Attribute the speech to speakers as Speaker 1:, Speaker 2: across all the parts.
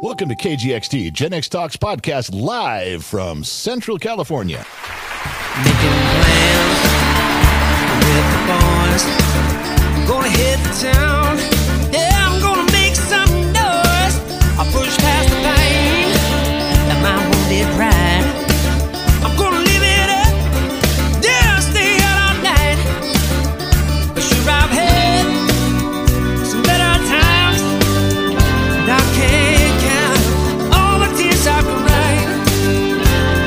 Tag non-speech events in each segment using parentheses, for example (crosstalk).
Speaker 1: Welcome to KGXT, Gen X Talks podcast, live from Central California.
Speaker 2: Making plans with the boys. I'm gonna hit town. Yeah, I'm gonna make some noise. I push past the pain and my wounded pride. I'm gonna live it up. Yeah, I'll stay out all night. But sure, I've had some better times. And I can't count all the tears I've cried.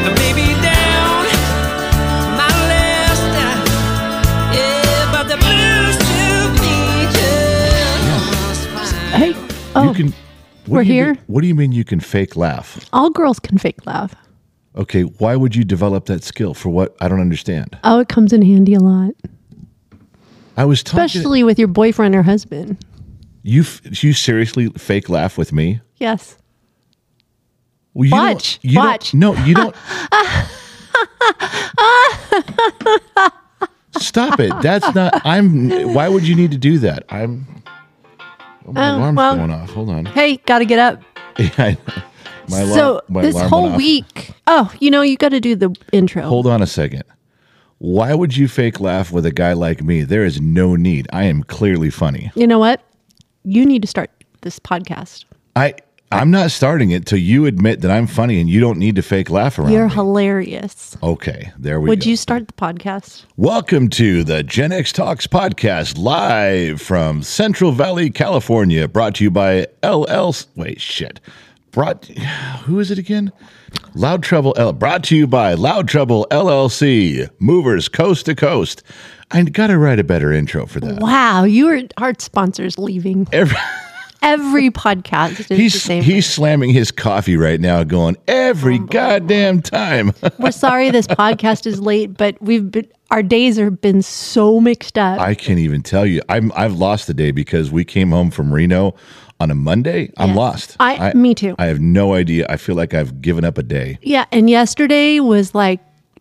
Speaker 2: I may be down. My last night, yeah, but the blues to me just fine.
Speaker 3: Hey, oh,
Speaker 1: you can. what
Speaker 3: we're
Speaker 1: do you
Speaker 3: here?
Speaker 1: mean- what do you mean you can fake laugh?
Speaker 3: all girls can fake laugh.
Speaker 1: Okay, why would you develop that skill for what I don't understand?
Speaker 3: Oh, it comes in handy a lot,
Speaker 1: I was talking.
Speaker 3: especially with your boyfriend or husband.
Speaker 1: you f- you seriously fake laugh with me?
Speaker 3: Yes.
Speaker 1: Well, you don't-
Speaker 3: Watch,
Speaker 1: you don't-
Speaker 3: watch.
Speaker 1: no, you
Speaker 3: (laughs)
Speaker 1: don't. Stop it. That's not. I'm. Why would you need to do that? I'm. Oh, my
Speaker 3: Oh,
Speaker 1: alarm's
Speaker 3: well.
Speaker 1: going off. Hold on. (laughs)
Speaker 3: Hey, got to get up.
Speaker 1: Yeah, I know. my alarm-
Speaker 3: so
Speaker 1: my
Speaker 3: this
Speaker 1: alarm
Speaker 3: whole
Speaker 1: went off.
Speaker 3: week. Oh, you know, you got to do the intro.
Speaker 1: Hold on a second. Why would you fake laugh with a guy like me? There is no need. I am clearly funny.
Speaker 3: You know what? You need to start this podcast.
Speaker 1: I I'm not starting it till you admit that I'm funny and you don't need to fake laugh around.
Speaker 3: You're
Speaker 1: me.
Speaker 3: hilarious.
Speaker 1: okay, there we
Speaker 3: Would
Speaker 1: go.
Speaker 3: you start the podcast?
Speaker 1: Welcome to the Gen X Talks podcast live from Central Valley, California, brought to you by LL Wait, shit. Brought Who is it again? Loud Trouble L brought to you by Loud Trouble LLC, movers coast to coast. I got to write a better intro for that.
Speaker 3: Wow, your art sponsor's leaving.
Speaker 1: Every-
Speaker 3: Every podcast is the
Speaker 1: he's
Speaker 3: same.
Speaker 1: he's slamming his coffee right now, going every goddamn
Speaker 3: (laughs)
Speaker 1: time.
Speaker 3: We're
Speaker 1: (laughs)
Speaker 3: sorry this podcast is late, but we've been our days have been so mixed up.
Speaker 1: I can't even tell you. I'm I've lost the day because we came home from Reno on a Monday. I'm
Speaker 3: Yes.
Speaker 1: lost.
Speaker 3: I- me too.
Speaker 1: I have no idea. I feel like I've given up a day.
Speaker 3: Yeah, and yesterday was like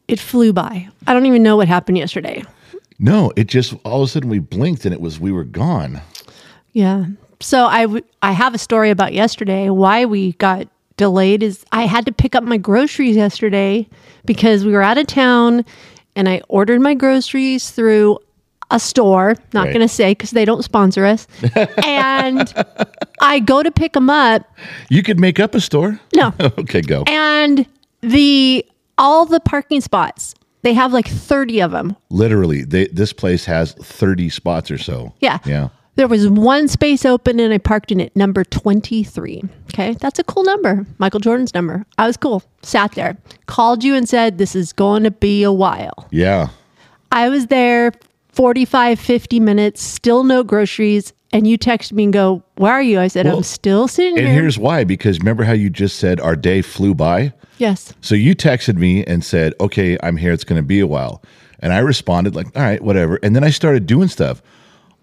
Speaker 3: it flew by. I don't even know what happened yesterday.
Speaker 1: No, it just all of a sudden we blinked and it was we were gone.
Speaker 3: Yeah. So I w- I have a story about yesterday. Why we got delayed is I had to pick up my groceries yesterday because we were out of town and I ordered my groceries through a store, not
Speaker 1: Right.
Speaker 3: going to say cuz they don't sponsor us. and I go to pick them up.
Speaker 1: You could make up a store.
Speaker 3: No.
Speaker 1: (laughs) okay, go.
Speaker 3: And the all the parking spots, they have like 30 of them.
Speaker 1: Literally, they, this place has 30 spots or so.
Speaker 3: Yeah.
Speaker 1: Yeah.
Speaker 3: There was one space open and I parked in it, number 23. Okay. That's a cool number. Michael Jordan's number. I was cool. Sat there, called you and said, This is going to be a while.
Speaker 1: Yeah.
Speaker 3: I was there 45, 50 minutes, still no groceries. And you text me and go, Where are you? I said,
Speaker 1: Well,
Speaker 3: I'm still sitting
Speaker 1: And
Speaker 3: here.
Speaker 1: here's why because remember how you just said our day flew by?
Speaker 3: yes.
Speaker 1: So you texted me and said, "Okay, I'm here. It's going to be a while." And I responded like, "All right, whatever." And then I started doing stuff.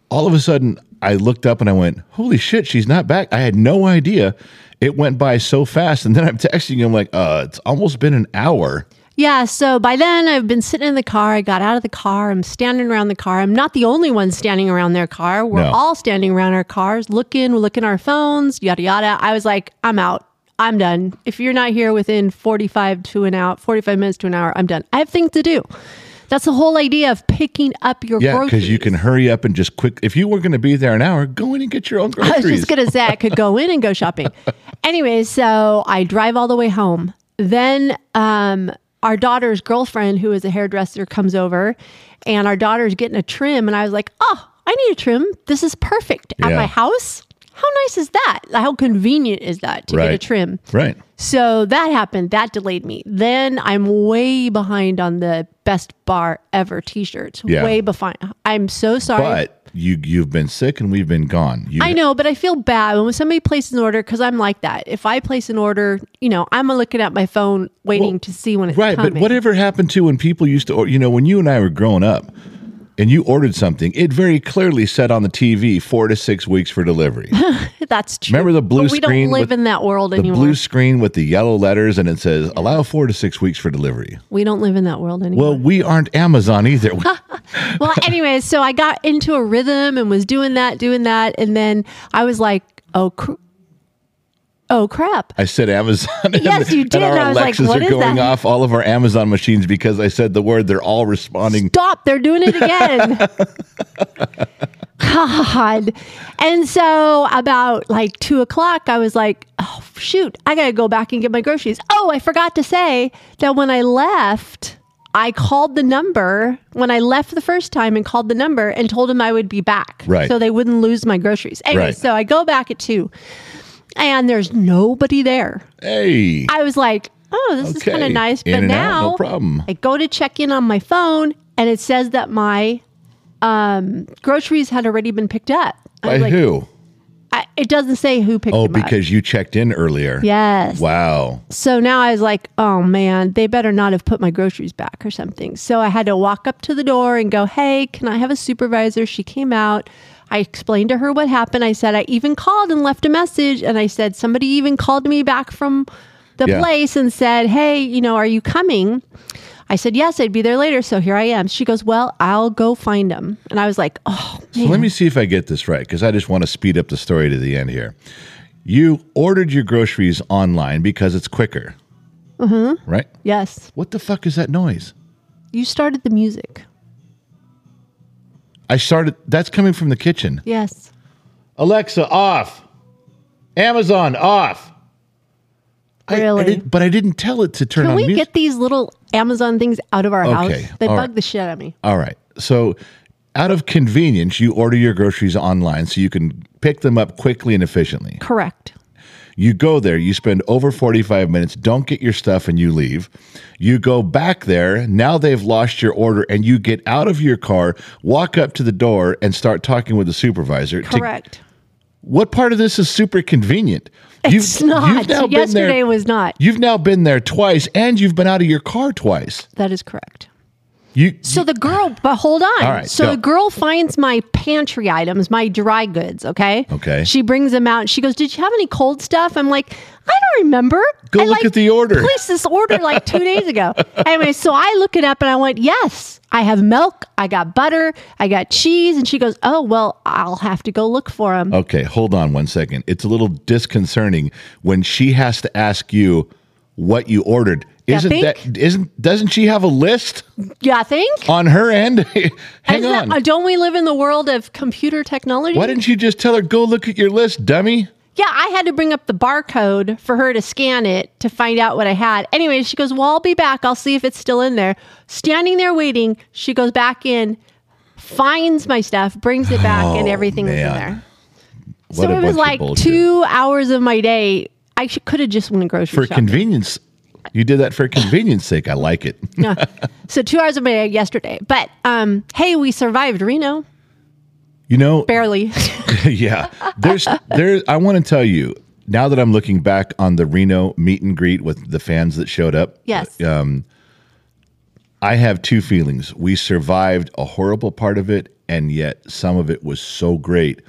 Speaker 1: All of a sudden, I looked up and I went, "Holy shit, she's not back." I had no idea. It went by so fast. And then I'm texting you. I'm like, "Uh, it's almost been an hour."
Speaker 3: Yeah, so by then I've been sitting in the car. I got out of the car. I'm standing around the car. I'm not the only one standing around their car. We're
Speaker 1: No.
Speaker 3: all standing around our cars, looking, we're looking at our phones, yada yada. I was like, I'm out. I'm done. If you're not here within 45 to an hour, 45 minutes to an hour, I'm done. I have things to do. That's the whole idea of picking up your
Speaker 1: Yeah,
Speaker 3: groceries.
Speaker 1: because you can hurry up and just quick. If you were going to be there an hour, go in and get your own groceries.
Speaker 3: I was just gonna say I could go in and
Speaker 1: (laughs)
Speaker 3: go shopping. anyway, so I drive all the way home. Then um, our daughter's girlfriend, who is a hairdresser, comes over, and our daughter's getting a trim, and I was like, "Oh, I need a trim. This is perfect at
Speaker 1: Yeah.
Speaker 3: my house. How nice is that? Like, How convenient is that to get a
Speaker 1: Right.
Speaker 3: trim?"
Speaker 1: right.
Speaker 3: So that happened. That delayed me. Then I'm way behind on the best bar ever T-shirts.
Speaker 1: Yeah.
Speaker 3: Way behind. I'm so sorry.
Speaker 1: But you you've been sick and we've been gone. You,
Speaker 3: I know, but I feel bad when somebody places an order because I'm like that. If I place an order, you know, I'm looking at my phone waiting to see when it's
Speaker 1: Right,
Speaker 3: coming.
Speaker 1: but whatever happened to when people used to, or, you know, when you and I were growing up, and you ordered something, it very clearly said on the TV four to six weeks for
Speaker 3: (laughs)
Speaker 1: delivery.
Speaker 3: That's true.
Speaker 1: Remember the blue
Speaker 3: But we
Speaker 1: screen
Speaker 3: don't live
Speaker 1: with
Speaker 3: in that world
Speaker 1: the
Speaker 3: anymore.
Speaker 1: blue screen with the yellow letters, and it says allow four to six weeks for delivery.
Speaker 3: we don't live in that world anymore.
Speaker 1: Well, we aren't Amazon
Speaker 3: (laughs)
Speaker 1: either. (laughs)
Speaker 3: well, anyway, so I got into a rhythm and was doing that, doing that, and then I was like, oh. Cr- oh crap.
Speaker 1: I said Amazon. And,
Speaker 3: Yes, you did.
Speaker 1: And our
Speaker 3: I was like,
Speaker 1: Alexas
Speaker 3: what
Speaker 1: are
Speaker 3: is
Speaker 1: going
Speaker 3: that?
Speaker 1: off all of our Amazon machines because I said the word. They're all responding.
Speaker 3: Stop, they're doing it again.
Speaker 1: (laughs)
Speaker 3: God. And so about like two o'clock, I was like, oh, shoot, I got to go back and get my groceries. Oh, I forgot to say that when I left, I called the number when I left the first time and called the number and told them I would be back.
Speaker 1: Right.
Speaker 3: So they wouldn't lose my groceries. Anyway,
Speaker 1: Right.
Speaker 3: so I go back at two and there's nobody there.
Speaker 1: Hey.
Speaker 3: I was like, oh, this is
Speaker 1: Okay.
Speaker 3: kind of nice.
Speaker 1: In
Speaker 3: but
Speaker 1: and out,
Speaker 3: now
Speaker 1: no problem.
Speaker 3: I go to check in on my phone and it says that my um, groceries had already been picked up. I
Speaker 1: By
Speaker 3: was like,
Speaker 1: who?
Speaker 3: I, it doesn't say who picked
Speaker 1: Oh,
Speaker 3: them up.
Speaker 1: because you checked in earlier.
Speaker 3: Yes.
Speaker 1: Wow.
Speaker 3: So now I was like, oh man, they better not have put my groceries back or something. So I had to walk up to the door and go, hey, can I have a supervisor? She came out. I explained to her what happened. I said, I even called and left a message. And I said, somebody even called me back from the
Speaker 1: Yeah.
Speaker 3: place and said, hey, you know, are you coming? I said, yes, I'd be there later. So here I am. She goes, well, I'll go find them. And I was like, oh,
Speaker 1: So let me see if I get this right because I just want to speed up the story to the end here. You ordered your groceries online because it's quicker. Mm-hmm. Right?
Speaker 3: yes,
Speaker 1: What the fuck is that noise?
Speaker 3: you started the music.
Speaker 1: I started, that's coming from the kitchen.
Speaker 3: Yes.
Speaker 1: Alexa, off. Amazon, off. I- I
Speaker 3: Really?
Speaker 1: didn't- but I didn't tell it to turn
Speaker 3: Can
Speaker 1: on
Speaker 3: we
Speaker 1: music.
Speaker 3: get these little Amazon things out of our
Speaker 1: Okay,
Speaker 3: house? They
Speaker 1: all
Speaker 3: bug
Speaker 1: right.
Speaker 3: the shit out of me.
Speaker 1: All right. So, out of convenience, you order your groceries online so you can pick them up quickly and efficiently.
Speaker 3: Correct.
Speaker 1: You go there, you spend over 45 minutes, don't get your stuff, and you leave. You go back there, now they've lost your order, and you get out of your car, walk up to the door, and start talking with the supervisor. to-
Speaker 3: Correct.
Speaker 1: what part of this is super convenient?
Speaker 3: it's not. Yesterday was not.
Speaker 1: You've now been there twice, and you've been out of your car twice.
Speaker 3: That is correct.
Speaker 1: You
Speaker 3: So the girl, but hold on.
Speaker 1: All right,
Speaker 3: so
Speaker 1: go.
Speaker 3: the girl finds my pantry items, my dry goods. Okay.
Speaker 1: Okay.
Speaker 3: She brings them out. And she goes, "Did you have any cold stuff?" I'm like, "I don't remember."
Speaker 1: Go
Speaker 3: I,
Speaker 1: look
Speaker 3: like,
Speaker 1: at the order."
Speaker 3: Placed this order like two
Speaker 1: (laughs)
Speaker 3: days ago. Anyway, so I look it up and I went, "Yes, I have milk. I got butter. I got cheese." And she goes, "Oh well, I'll have to go look for them."
Speaker 1: Okay, hold on one second. It's a little disconcerting when she has to ask you what you ordered.
Speaker 3: Yeah,
Speaker 1: Isn't
Speaker 3: think?
Speaker 1: that isn't doesn't she have a list
Speaker 3: Yeah, I think.
Speaker 1: on her end? (laughs) Hang
Speaker 3: Isn't that-
Speaker 1: on.
Speaker 3: uh, don't we live in the world of computer technology?
Speaker 1: Why didn't you just tell her go look at your list, dummy?
Speaker 3: yeah, I had to bring up the barcode for her to scan it to find out what I had. Anyway, she goes, Well, I'll be back. I'll see if it's still in there. Standing there waiting, she goes back in, finds my stuff, brings it back, and everything was in
Speaker 1: Oh, man.
Speaker 3: there.
Speaker 1: What
Speaker 3: so
Speaker 1: a
Speaker 3: it
Speaker 1: bunch of
Speaker 3: was like
Speaker 1: bullshit.
Speaker 3: two hours of my day. I could have just went grocery
Speaker 1: for
Speaker 3: shopping.
Speaker 1: convenience. You did that for convenience sake. I like it. (laughs)
Speaker 3: Yeah. so two hours of my day yesterday. But um, hey, we survived Reno.
Speaker 1: You know,
Speaker 3: Barely. (laughs)
Speaker 1: (laughs) yeah. There's there I want to tell you now that I'm looking back on the Reno meet and greet with the fans that showed up. uh, um,
Speaker 3: yes.
Speaker 1: I have two feelings. We survived a horrible part of it, and yet some of it was so great.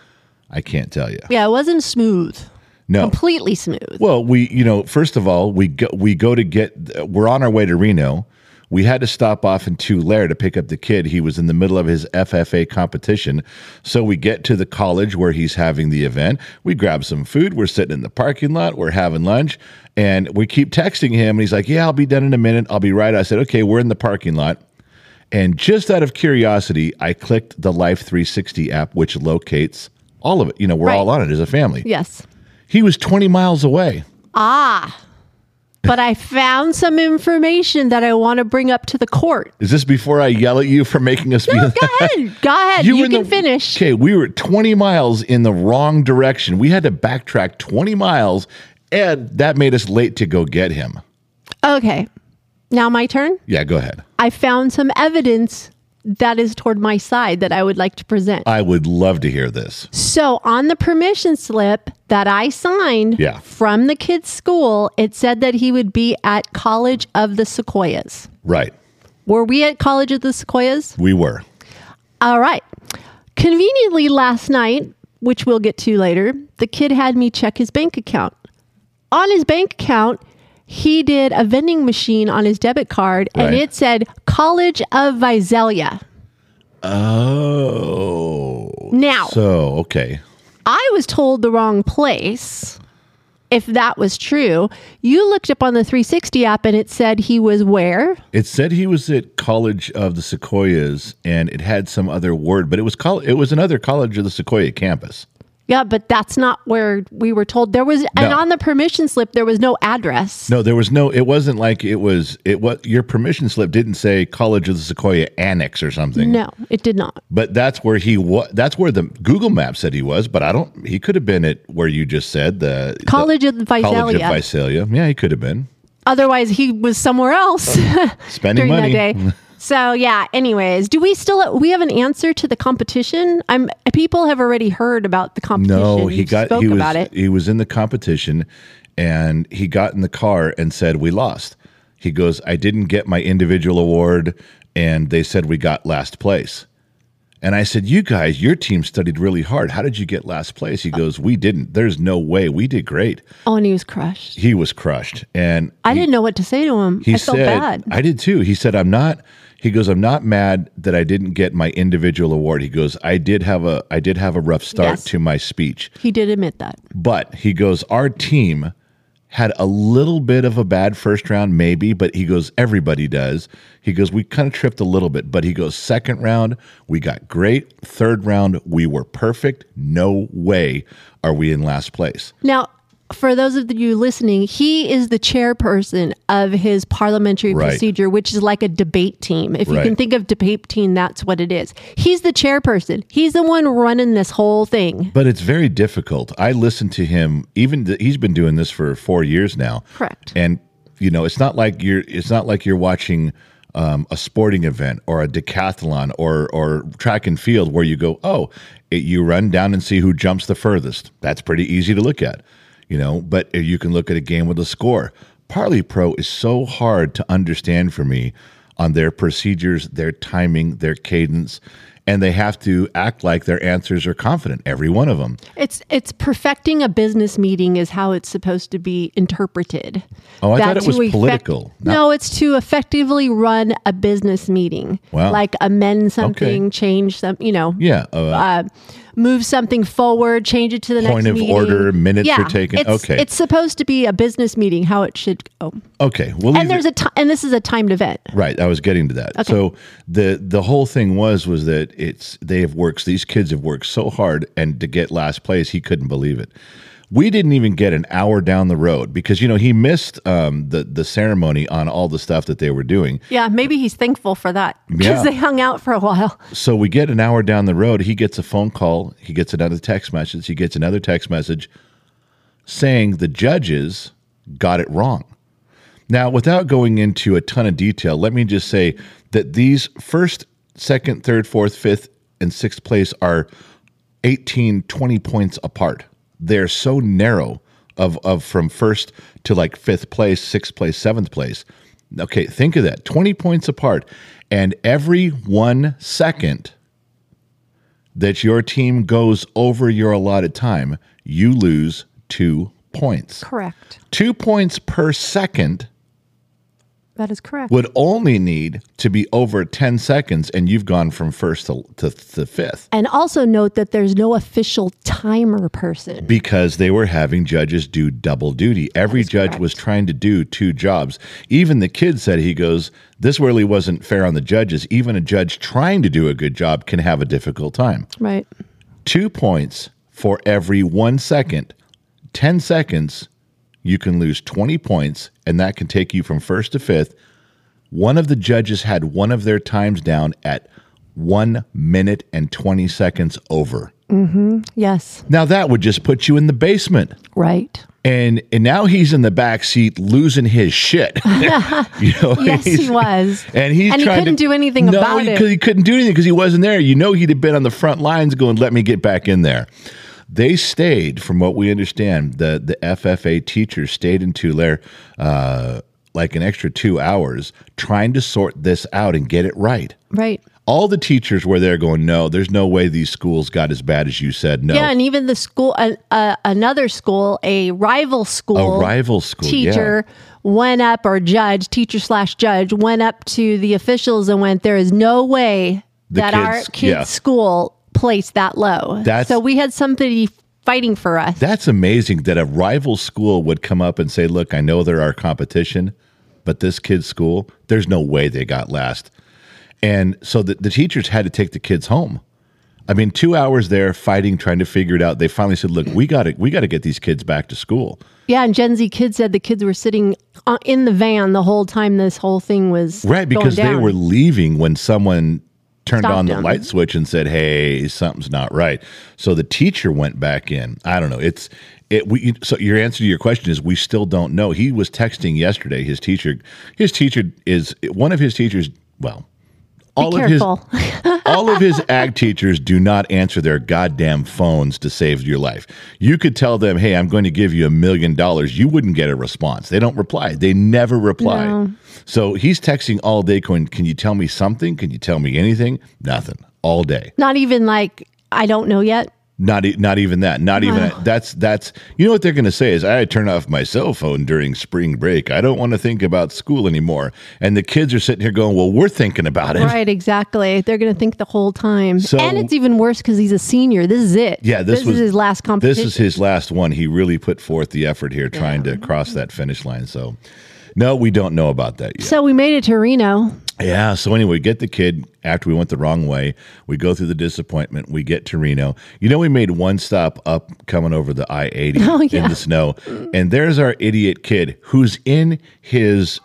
Speaker 1: I can't tell you.
Speaker 3: Yeah, it wasn't smooth.
Speaker 1: No.
Speaker 3: Completely smooth.
Speaker 1: Well, we, you know, first of all, we go, we go to get, we're on our way to Reno. We had to stop off in Tulare to pick up the kid. He was in the middle of his FFA competition. So we get to the college where he's having the event. We grab some food. We're sitting in the parking lot. We're having lunch. And we keep texting him. And he's like, Yeah, I'll be done in a minute. I'll be right. I said, Okay, we're in the parking lot. And just out of curiosity, I clicked the Life 360 app, which locates all of it. You know, we're
Speaker 3: Right.
Speaker 1: all on it as a family.
Speaker 3: Yes.
Speaker 1: He was 20 miles away.
Speaker 3: But I found some information that I want to bring up to the court.
Speaker 1: Is this before I yell at you for making us (laughs) feel?
Speaker 3: Go ahead. Go ahead. You, can finish.
Speaker 1: Okay, we were 20 miles in the wrong direction. We had to backtrack 20 miles, and that made us late to go get him.
Speaker 3: Okay. Now my turn.
Speaker 1: Yeah, go ahead.
Speaker 3: I found some evidence that is toward my side that I would like to present.
Speaker 1: I would love to hear this.
Speaker 3: So on the permission slip that I signed
Speaker 1: Yeah.
Speaker 3: from the kid's school, it said that he would be at College of the Sequoias.
Speaker 1: Right,
Speaker 3: Were we at College of the Sequoias?
Speaker 1: we were.
Speaker 3: All right. Conveniently, last night, which we'll get to later, the kid had me check his bank account. On his bank account, he did a vending machine on his debit card and
Speaker 1: Right.
Speaker 3: it said College of Visalia.
Speaker 1: Oh,
Speaker 3: Now,
Speaker 1: so okay.
Speaker 3: I was told the wrong place. if that was true. You looked up on the 360 app and it said he was where?
Speaker 1: It said he was at College of the Sequoias, and it had some other word, but it was col- It was another College of the Sequoia campus.
Speaker 3: Yeah, but that's not where we were told. There was, and
Speaker 1: No.
Speaker 3: on the permission slip, there was no address.
Speaker 1: No, there was no. It wasn't like it was. It was your permission slip didn't say College of the Sequoia Annex or something.
Speaker 3: No, it did not.
Speaker 1: But that's where he was. That's where the Google Map said he was. But I don't. He could have been at where you just said the the
Speaker 3: College of
Speaker 1: College of
Speaker 3: Visalia.
Speaker 1: Visalia. Yeah, he could have been
Speaker 3: Otherwise, he was somewhere else
Speaker 1: spending
Speaker 3: (laughs) during
Speaker 1: money. Mm-hmm.
Speaker 3: that day. So yeah. Anyways, do we still we have an answer to the competition? I'm people have already heard about the competition.
Speaker 1: No,
Speaker 3: You
Speaker 1: he got
Speaker 3: spoke
Speaker 1: he was
Speaker 3: about it.
Speaker 1: he was in the competition and he got in the car and said we lost. He goes, "I didn't get my individual award and they said we got last place." And I said, "You guys, your team studied really hard. How did you get last place?" He goes, "We didn't. There's no way. We did great."
Speaker 3: Oh, and he was crushed.
Speaker 1: He was crushed and
Speaker 3: I didn't know what to say to him.
Speaker 1: he
Speaker 3: I
Speaker 1: said,
Speaker 3: felt bad.
Speaker 1: I did too. He said, I'm not, he goes, I'm not mad that I didn't get my individual award. He goes, I did have a, I did have a rough start
Speaker 3: Yes.
Speaker 1: to my speech,
Speaker 3: He did admit that.
Speaker 1: but he goes, our team had a little bit of a bad first round, maybe, but he goes, everybody does. He goes, we kind of tripped a little bit, but he goes, second round, we got great. Third round, we were perfect. No way are we in last place.
Speaker 3: Now, for those of you listening, he is the chairperson of his parliamentary
Speaker 1: Right.
Speaker 3: procedure, which is like a debate team. If you
Speaker 1: Right.
Speaker 3: can think of debate team, that's what it is. He's the chairperson. He's the one running this whole thing.
Speaker 1: But it's very difficult. I listen to him. Even th- he's been doing this for four years now.
Speaker 3: Correct.
Speaker 1: And you know, it's not like you're. It's not like you're watching um, a sporting event or a decathlon or or track and field where you go, oh, it, you run down and see who jumps the furthest. That's pretty easy to look at. You know, but you can look at a game with a score. Parley Pro is so hard to understand for me on their procedures, their timing, their cadence, and they have to act like their answers are confident, every one of them.
Speaker 3: It's it's perfecting a business meeting is how it's supposed to be interpreted.
Speaker 1: Oh, I thought
Speaker 3: That
Speaker 1: it was
Speaker 3: to effect-
Speaker 1: political, not-
Speaker 3: no, it's to effectively run a business meeting.
Speaker 1: Wow.
Speaker 3: Like amend something, change some, you know,
Speaker 1: Yeah. Uh,
Speaker 3: move something forward, change it to the
Speaker 1: Point
Speaker 3: next
Speaker 1: of
Speaker 3: meeting.
Speaker 1: order, minutes
Speaker 3: yeah,
Speaker 1: are taken.
Speaker 3: It's,
Speaker 1: Okay.
Speaker 3: it's supposed to be a business meeting, how it should go.
Speaker 1: okay. Well,
Speaker 3: And there's a ti- and this is a timed event.
Speaker 1: Right, I was getting to that. So the the whole thing was was that it's they have worked these kids have worked so hard and to get last place he couldn't believe it. We didn't even get an hour down the road because you know he missed um, the the ceremony on all the stuff that they were doing.
Speaker 3: Yeah, maybe he's thankful for that because
Speaker 1: Yeah.
Speaker 3: they hung out for a while.
Speaker 1: So we get an hour down the road. He gets a phone call. He gets another text message. He gets another text message saying the judges got it wrong. Now, without going into a ton of detail, let me just say that these first, second, third, fourth, fifth, and sixth place are 18, 20 points apart. They're so narrow of, of from first to like fifth place, sixth place, seventh place. Okay, think of that 20 points apart. And every one second that your team goes over your allotted time, you lose two points.
Speaker 3: Correct.
Speaker 1: Two points per second
Speaker 3: That is correct.
Speaker 1: would only need to be over 10 seconds, and you've gone from first to, to, to fifth
Speaker 3: And also note that there's no official timer person.
Speaker 1: because they were having judges do double duty. Every judge was trying to do two jobs. Even the kid said, he goes, This really wasn't fair on the judges. Even a judge trying to do a good job can have a difficult time.
Speaker 3: Right.
Speaker 1: two points for every one second. 10 seconds, you can lose 20 points, and that can take you from first to fifth. One of the judges had one of their times down at one minute and 20 seconds over.
Speaker 3: Yes.
Speaker 1: Now, that would just put you in the basement.
Speaker 3: Right.
Speaker 1: And, and now he's in the back seat losing his
Speaker 3: (laughs)
Speaker 1: shit. (laughs) you know,
Speaker 3: Yes, he
Speaker 1: he's-
Speaker 3: was.
Speaker 1: and he's
Speaker 3: and he
Speaker 1: trying
Speaker 3: couldn't
Speaker 1: to,
Speaker 3: do anything
Speaker 1: no,
Speaker 3: about
Speaker 1: he,
Speaker 3: it.
Speaker 1: could- he couldn't do anything because he wasn't there. You know, he'd have been on the front lines going, "Let me get back in there." They stayed, from what we understand, the the FFA teachers stayed in Tulare uh, like an extra two hours trying to sort this out and get it right.
Speaker 3: Right.
Speaker 1: All the teachers were there going, "No, there's no way these schools got as bad as you said." No,
Speaker 3: Yeah, and even the school, uh, uh, another school, a rival school,
Speaker 1: A rival school, yeah.
Speaker 3: teacher went up or judge, teacher slash judge went up to the officials and went, "There is no way
Speaker 1: The
Speaker 3: that our
Speaker 1: kids-
Speaker 3: kids'
Speaker 1: yeah.
Speaker 3: school placed that low."
Speaker 1: That's-
Speaker 3: so we had somebody fighting for us.
Speaker 1: That's amazing that a rival school would come up and say, "Look, I know they're our competition, but this kid's school, there's no way they got last." And so the, the teachers had to take the kids home. I mean, two hours there fighting, trying to figure it out. They finally said, "Look, we got to we got to get these kids back to school."
Speaker 3: yeah, and Gen Z kids said the kids were sitting uh, in the van the whole time this whole thing was
Speaker 1: Right, because
Speaker 3: going
Speaker 1: they
Speaker 3: down.
Speaker 1: were leaving when someone turned
Speaker 3: Stopped
Speaker 1: on the
Speaker 3: them.
Speaker 1: light switch and said, "Hey, something's not right." So the teacher went back in. I don't know. It's it. We so your answer to your question is we still don't know. He was texting yesterday. His teacher, his teacher is one of his teachers. Well, all of his
Speaker 3: careful. (laughs)
Speaker 1: all of his ag teachers do not answer their goddamn phones to save your life. You could tell them, "Hey, I'm going to give you a million dollars." You wouldn't get a response. They don't reply. They never reply. So he's texting all day, going, "Can you tell me something? Can you tell me anything?" Nothing all day.
Speaker 3: Not even like I don't know yet.
Speaker 1: Not e- not even that. Not even that. that's that's. You know what they're going to say is, "I turn off my cell phone during spring break. I don't want to think about school anymore." And the kids are sitting here going, "Well, we're thinking about it."
Speaker 3: Right, exactly. They're going to think the whole time.
Speaker 1: So-
Speaker 3: and it's even worse because he's a senior. This is it.
Speaker 1: Yeah, this, was
Speaker 3: is his last competition. Mm-hmm.
Speaker 1: This is his last one. He really put forth the effort here, trying to cross that finish line. So, no, we don't know about that yet.
Speaker 3: so we made it to Reno.
Speaker 1: Yeah. So anyway, get the kid after we went the wrong way. We go through the disappointment. We get to Reno. You know, we made one stop up coming over the I eighty
Speaker 3: (laughs) Oh, yeah.
Speaker 1: in the snow, and there's our idiot kid who's in his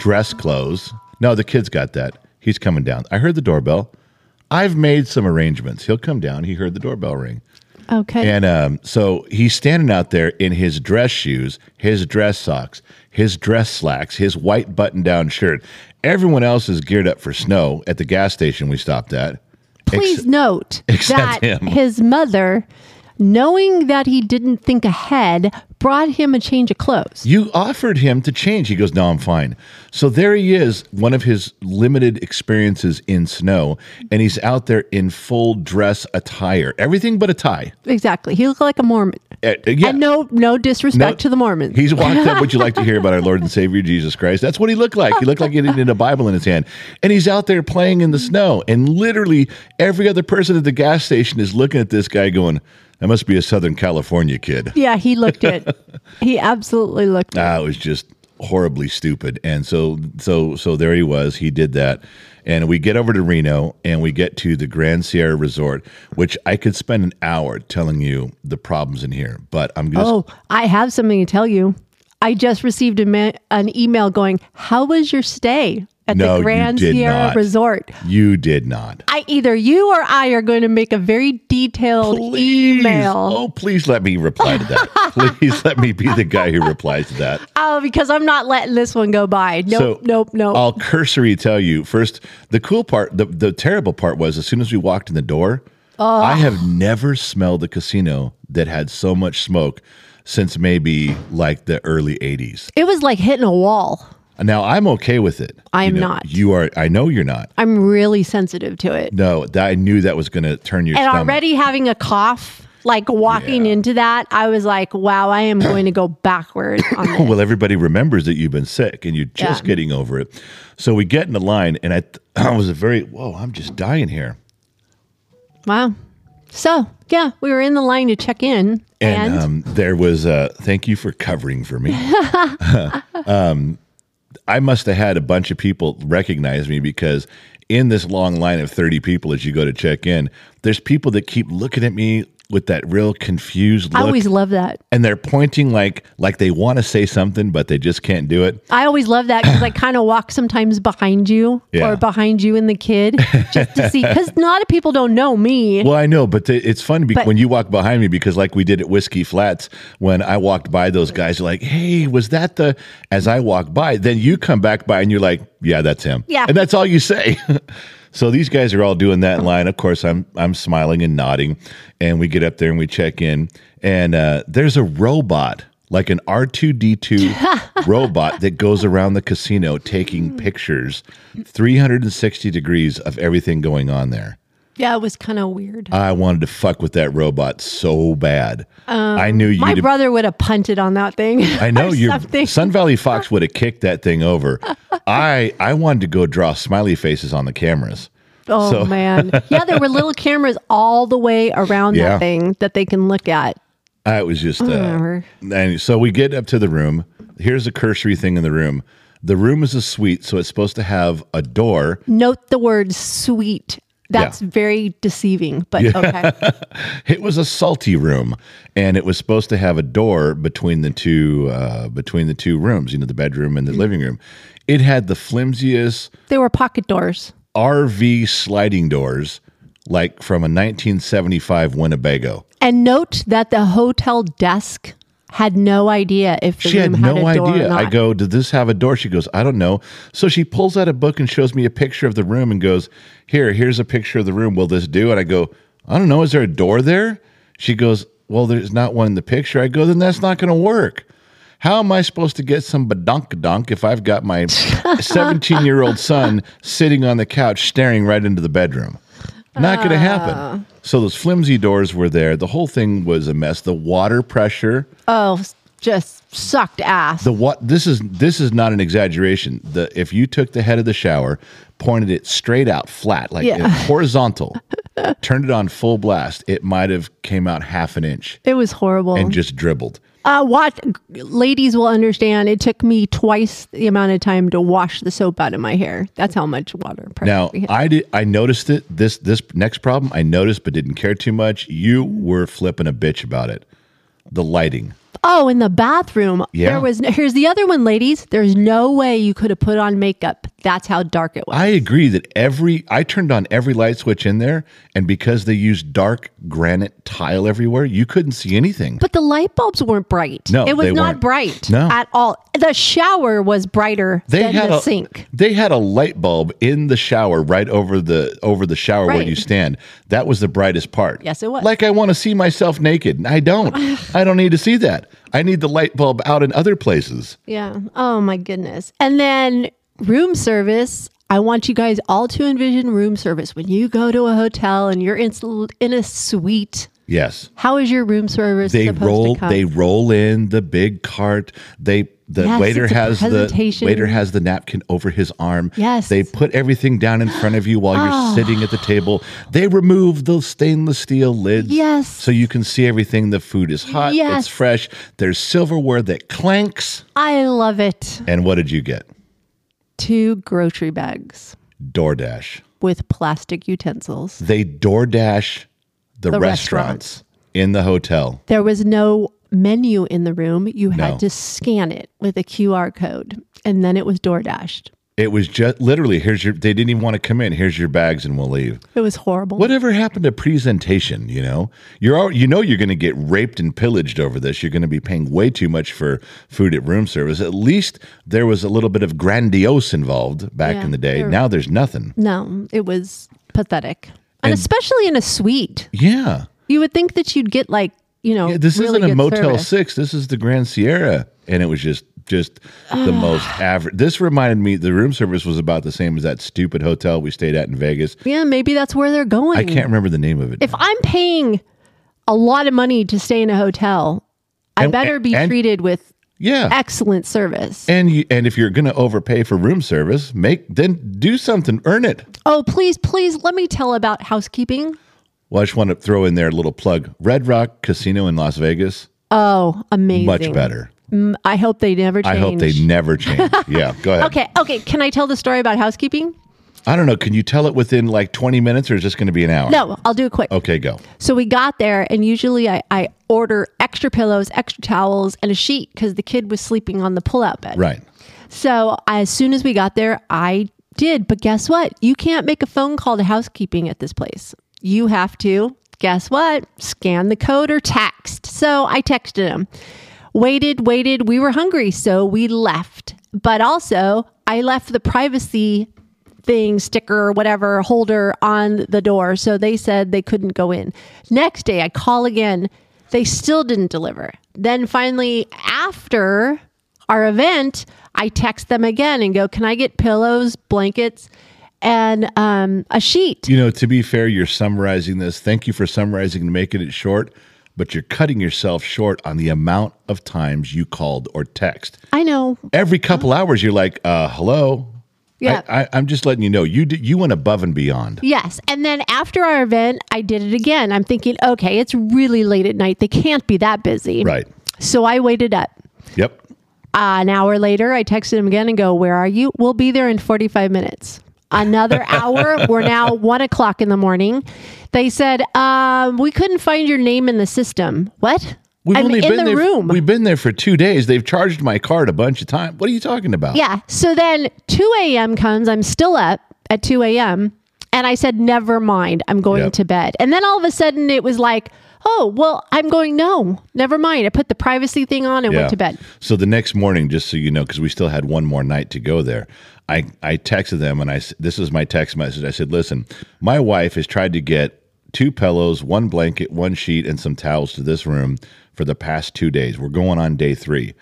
Speaker 1: dress clothes. No, the kid's got that. He's coming down. I heard the doorbell. I've made some arrangements. He'll come down. He heard the doorbell ring.
Speaker 3: Okay.
Speaker 1: And um, so he's standing out there in his dress shoes, his dress socks, his dress slacks, his white button down shirt. Everyone else is geared up for snow at the gas station we stopped at.
Speaker 3: Please note that
Speaker 1: except him.
Speaker 3: his mother, knowing that he didn't think ahead, brought him a change of clothes.
Speaker 1: You offered him to change. He goes, No, I'm fine. So there he is, one of his limited experiences in snow, and he's out there in full dress attire, everything but a tie.
Speaker 3: Exactly. He looked like a Mormon.
Speaker 1: Uh, uh, yeah.
Speaker 3: And no no disrespect
Speaker 1: No,
Speaker 3: to the Mormons.
Speaker 1: He's walked up.
Speaker 3: (laughs)
Speaker 1: Would you like to hear about our Lord and Savior Jesus Christ? That's what he looked like. He looked like he had a Bible in his hand, and he's out there playing in the snow. And literally every other person at the gas station is looking at this guy, going, "That must be a Southern California kid."
Speaker 3: yeah, he
Speaker 1: (laughs)
Speaker 3: looked it. he absolutely looked it.
Speaker 1: Ah, it was just horribly stupid. And so, so, so there he was. He did that, and we get over to Reno, and we get to the Grand Sierra Resort, which I could spend an hour telling you the problems in here, but I'm going to
Speaker 3: Oh, I have something to tell you. I just received a ma- an email going, How was your stay at
Speaker 1: No,
Speaker 3: the
Speaker 1: you
Speaker 3: Grand
Speaker 1: did
Speaker 3: Sierra
Speaker 1: not.
Speaker 3: Resort?
Speaker 1: You did not.
Speaker 3: I either you or I are going to make a very detailed
Speaker 1: please.
Speaker 3: email.
Speaker 1: Oh, please let me reply to that.
Speaker 3: (laughs)
Speaker 1: please let me be the guy who replies to that.
Speaker 3: Oh, because I'm not letting this one go by. Nope, nope, nope.
Speaker 1: I'll cursory tell you first. The cool part, the, the terrible part was as soon as we walked in the door, I have never smelled a casino that had so much smoke since maybe like the early 80s.
Speaker 3: it was like hitting a wall.
Speaker 1: Now, I'm okay with it.
Speaker 3: I am
Speaker 1: You know,
Speaker 3: not.
Speaker 1: You are, I know you're not.
Speaker 3: I'm really sensitive to it.
Speaker 1: No, that, I knew that was going to turn your
Speaker 3: And
Speaker 1: stomach.
Speaker 3: already having a cough, like walking
Speaker 1: Yeah.
Speaker 3: into that, I was like, wow, I am going to go backward
Speaker 1: (coughs)
Speaker 3: on this.
Speaker 1: Oh, well, everybody remembers that you've been sick and you're just
Speaker 3: Yeah.
Speaker 1: getting over it. So we get in the line, and I, (clears throat) I was a very whoa, I'm just dying here.
Speaker 3: Wow. So, yeah, we were in the line to check in.
Speaker 1: And,
Speaker 3: And,
Speaker 1: um, there was a thank you for covering for
Speaker 3: (laughs)
Speaker 1: me. (laughs) um, I must have had a bunch of people recognize me because in this long line of 30 people as you go to check in, there's people that keep looking at me with that real confused
Speaker 3: I
Speaker 1: look.
Speaker 3: always love that.
Speaker 1: and they're pointing like like they want to say something, but they just can't do it.
Speaker 3: I always love
Speaker 1: (coughs)
Speaker 3: that because I kind of walk sometimes behind you
Speaker 1: Yeah.
Speaker 3: or behind you and
Speaker 1: (laughs)
Speaker 3: the kid just to see. Because a lot of people don't know me.
Speaker 1: Well, I know, but th- it's funny be-
Speaker 3: But-
Speaker 1: when you walk behind me because, like we did at Whiskey Flats, when I walked by, those guys are like, "Hey, was that the?" As I walk by, then you come back by and you're like, "Yeah, that's him."
Speaker 3: Yeah.
Speaker 1: and that's all you say. (laughs) so these guys are all doing that in line. Of course, I'm I'm smiling and nodding, and we get up there and we check in, and uh, there's a robot. Like an R two D
Speaker 3: (laughs)
Speaker 1: two robot that goes around the casino
Speaker 3: Hmm.
Speaker 1: taking pictures, three hundred and sixty degrees of everything going on there.
Speaker 3: Yeah, it was kind of weird.
Speaker 1: I wanted to fuck with that robot so bad. I knew
Speaker 3: Um, My
Speaker 1: you'd.
Speaker 3: brother would have punted on that
Speaker 1: (laughs)
Speaker 3: thing.
Speaker 1: I know
Speaker 3: (laughs) or
Speaker 1: your
Speaker 3: something.
Speaker 1: Sun Valley Fox would have kicked that thing
Speaker 3: (laughs)
Speaker 1: over. I I wanted to go draw smiley faces on the cameras.
Speaker 3: Oh,
Speaker 1: so-
Speaker 3: man. Yeah, there were little cameras all the way around
Speaker 1: Yeah.
Speaker 3: that thing that they can look at.
Speaker 1: I was just. Uh,
Speaker 3: remember.
Speaker 1: and so we get up to the room. Here's a cursory thing in the room. The room is a suite, so it's supposed to have a door.
Speaker 3: Note the word sweet. That's
Speaker 1: Yeah.
Speaker 3: very deceiving, but
Speaker 1: (laughs)
Speaker 3: okay.
Speaker 1: It was a salty room, and it was supposed to have a door between the two uh, between the two rooms. You know, the bedroom and the living room. It had the flimsiest
Speaker 3: They were pocket doors.
Speaker 1: RV sliding doors, like from a 1975 Winnebago.
Speaker 3: And note that the hotel desk had no idea if the
Speaker 1: She
Speaker 3: room
Speaker 1: had no
Speaker 3: a door or
Speaker 1: idea.
Speaker 3: not.
Speaker 1: I go, did this have a door? She goes, I don't know. So she pulls out a book and shows me a picture of the room and goes, Here, here's a picture of the room. Will this do? And I go, I don't know. Is there a door there? She goes, Well, there's not one in the picture. I go, Then that's not going to work. How am I supposed to get some badonkadonk if I've got my 17 year old son sitting on the couch staring right into the bedroom? Not going to happen. So those flimsy doors were there. The whole thing was a mess. The water pressure
Speaker 3: oh, s- just sucked ass.
Speaker 1: the what this is this is not an exaggeration the if you took the head of the shower pointed it straight out flat like
Speaker 3: Yeah.
Speaker 1: uh, horizontal turned it on full blast it might have came out half an inch
Speaker 3: it was horrible.
Speaker 1: and just dribbled
Speaker 3: uh, watch, ladies will understand. It took me twice the amount of time to wash the soap out of my hair. That's how much water pressure.
Speaker 1: now
Speaker 3: we had.
Speaker 1: i did i noticed it this this next problem i noticed but didn't care too much you were flipping a bitch about it the lighting
Speaker 3: Oh, in the bathroom.
Speaker 1: Yeah.
Speaker 3: There was no, here's the other one, ladies. There's no way you could have put on makeup. That's how dark it was.
Speaker 1: I agree that every I turned on every light switch in there, and because they used dark granite tile everywhere, you couldn't see anything.
Speaker 3: but the light bulbs weren't bright.
Speaker 1: No,
Speaker 3: it was
Speaker 1: they
Speaker 3: not
Speaker 1: weren't.
Speaker 3: bright
Speaker 1: No.
Speaker 3: at all. The shower was brighter
Speaker 1: they
Speaker 3: than
Speaker 1: had
Speaker 3: the
Speaker 1: a
Speaker 3: sink.
Speaker 1: They had a light bulb in the shower right over the over the shower where
Speaker 3: Right.
Speaker 1: you stand. That was the brightest part.
Speaker 3: Yes, it was.
Speaker 1: Like I want to see myself naked. and I
Speaker 3: (sighs)
Speaker 1: don't. I don't need to see that. I need the light bulb out in other places.
Speaker 3: Yeah. Oh my goodness. And then room service. I want you guys all to envision room service when you go to a hotel and you're in, in a suite.
Speaker 1: Yes.
Speaker 3: How is your room service
Speaker 1: They
Speaker 3: supposed
Speaker 1: roll
Speaker 3: to come?
Speaker 1: they roll in the big cart. They the
Speaker 3: Yes,
Speaker 1: waiter
Speaker 3: it's a
Speaker 1: has the
Speaker 3: presentation.
Speaker 1: waiter has the napkin over his arm.
Speaker 3: Yes. Ah.
Speaker 1: They put everything down in front of you while you're sitting at the table. They remove those stainless steel lids.
Speaker 3: Yes.
Speaker 1: So you can see everything. The food is hot. It's
Speaker 3: Yes.
Speaker 1: fresh. There's silverware that clanks.
Speaker 3: I love it.
Speaker 1: And what did you get?
Speaker 3: Two grocery bags
Speaker 1: DoorDash.
Speaker 3: with plastic utensils.
Speaker 1: They DoorDash the,
Speaker 3: The
Speaker 1: restaurants in the hotel.
Speaker 3: There was no menu in the room. You had
Speaker 1: No.
Speaker 3: to scan it with a QR code, and then it was door dashed.
Speaker 1: It was just literally here's your they didn't even want to come in. Here's your bags and we'll leave.
Speaker 3: It was horrible.
Speaker 1: Whatever happened to presentation? You know, you're all, you know you're going to get raped and pillaged over this. You're going to be paying way too much for food at room service. At least there was a little bit of grandiose involved back
Speaker 3: Yeah,
Speaker 1: in the day.
Speaker 3: you're-
Speaker 1: Now there's nothing.
Speaker 3: No, it was pathetic, and, especially in a suite.
Speaker 1: Yeah,
Speaker 3: You would think that you'd get like you know.
Speaker 1: Yeah, this
Speaker 3: really
Speaker 1: isn't a
Speaker 3: good
Speaker 1: Motel
Speaker 3: service.
Speaker 1: Six. This is the Grand Sierra, and it was just just the most average. This reminded me the room service was about the same as that stupid hotel we stayed at in Vegas.
Speaker 3: Yeah, maybe that's where they're going.
Speaker 1: I can't remember the name of it.
Speaker 3: Hmm. If I'm paying a lot of money to stay in a hotel, I
Speaker 1: And-
Speaker 3: better be
Speaker 1: and-
Speaker 3: treated with
Speaker 1: yeah,
Speaker 3: excellent service.
Speaker 1: and you, and if you're going to overpay for room service, make then do something, earn it.
Speaker 3: oh, please, please let me tell about housekeeping.
Speaker 1: Well, I just want to throw in there a little plug. Red Rock Casino in Las Vegas,
Speaker 3: Oh, amazing.
Speaker 1: much better.
Speaker 3: Mm, I hope they never change.
Speaker 1: I hope they never
Speaker 3: (laughs)
Speaker 1: change. yeah, go ahead.
Speaker 3: Okay, okay. Can I tell the story about housekeeping?
Speaker 1: I don't know. Can you tell it within like 20 minutes or is this going to be an hour?
Speaker 3: No, I'll do it quick.
Speaker 1: Okay, go.
Speaker 3: So we got there, and usually I, I order extra pillows, extra towels, and a sheet because the kid was sleeping on the pull-out bed.
Speaker 1: Right.
Speaker 3: So as soon as we got there, I did. But guess what? You can't make a phone call to housekeeping at this place. You have to, guess what? Scan the code or text. So I texted him. Waited, waited. We were hungry, so we left. But also, I left the privacy thing, sticker, whatever, holder on the door. So they said they couldn't go in. Next day, I call again. They still didn't deliver. Then finally, after our event, I text them again and go, Can I get pillows, blankets, and um, a sheet?
Speaker 1: You know, to be fair, you're summarizing this. Thank you for summarizing and making it short, but you're cutting yourself short on the amount of times you called or text.
Speaker 3: I know.
Speaker 1: Every couple hours, you're like, uh, hello,
Speaker 3: Yeah.
Speaker 1: I, I, I'm just letting you know you did, you went above and beyond.
Speaker 3: Yes. And then after our event, I did it again. I'm thinking, okay, it's really late at night. They can't be that busy.
Speaker 1: Right.
Speaker 3: So I waited up.
Speaker 1: Yep.
Speaker 3: Uh, an hour later, I texted him again and go, Where are you? We'll be there in 45 minutes.
Speaker 1: (laughs)
Speaker 3: Another hour. We're now one o'clock in the morning. They said, um, We couldn't find your name in the system. What?
Speaker 1: We've
Speaker 3: I'm
Speaker 1: only
Speaker 3: in
Speaker 1: been
Speaker 3: the
Speaker 1: there,
Speaker 3: room.
Speaker 1: We've been there for two days. They've charged my card a bunch of times. What are you talking about?
Speaker 3: Yeah. So then 2 a.m. comes. I'm still up at 2 a.m. And I said, never mind. I'm going
Speaker 1: Yep.
Speaker 3: to bed. And then all of a sudden it was like, oh, well, I'm going, no, never mind. I put the privacy thing on and
Speaker 1: Yeah.
Speaker 3: went to bed.
Speaker 1: So the next morning, just so you know, because we still had one more night to go there, I, I texted them and I s- this is my text message. I said, "Listen, my wife has tried to get two pillows, one blanket, one sheet, and some towels to this room for the past two days. We're going on day three.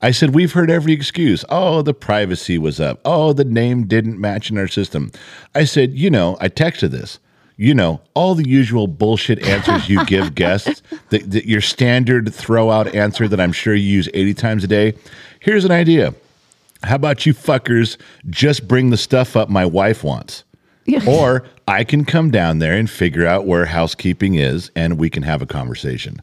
Speaker 1: I said we've heard every excuse. Oh, the privacy was up. Oh, the name didn't match in our system. I said, you know, I texted this. You know, all the usual bullshit answers you
Speaker 3: (laughs)
Speaker 1: give guests, the, the, your standard throw out answer that I'm sure you use 80 times a day. Here's an idea. How about you fuckers just bring the stuff up my wife wants?
Speaker 3: (laughs)
Speaker 1: or I can come down there and figure out where housekeeping is and we can have a conversation.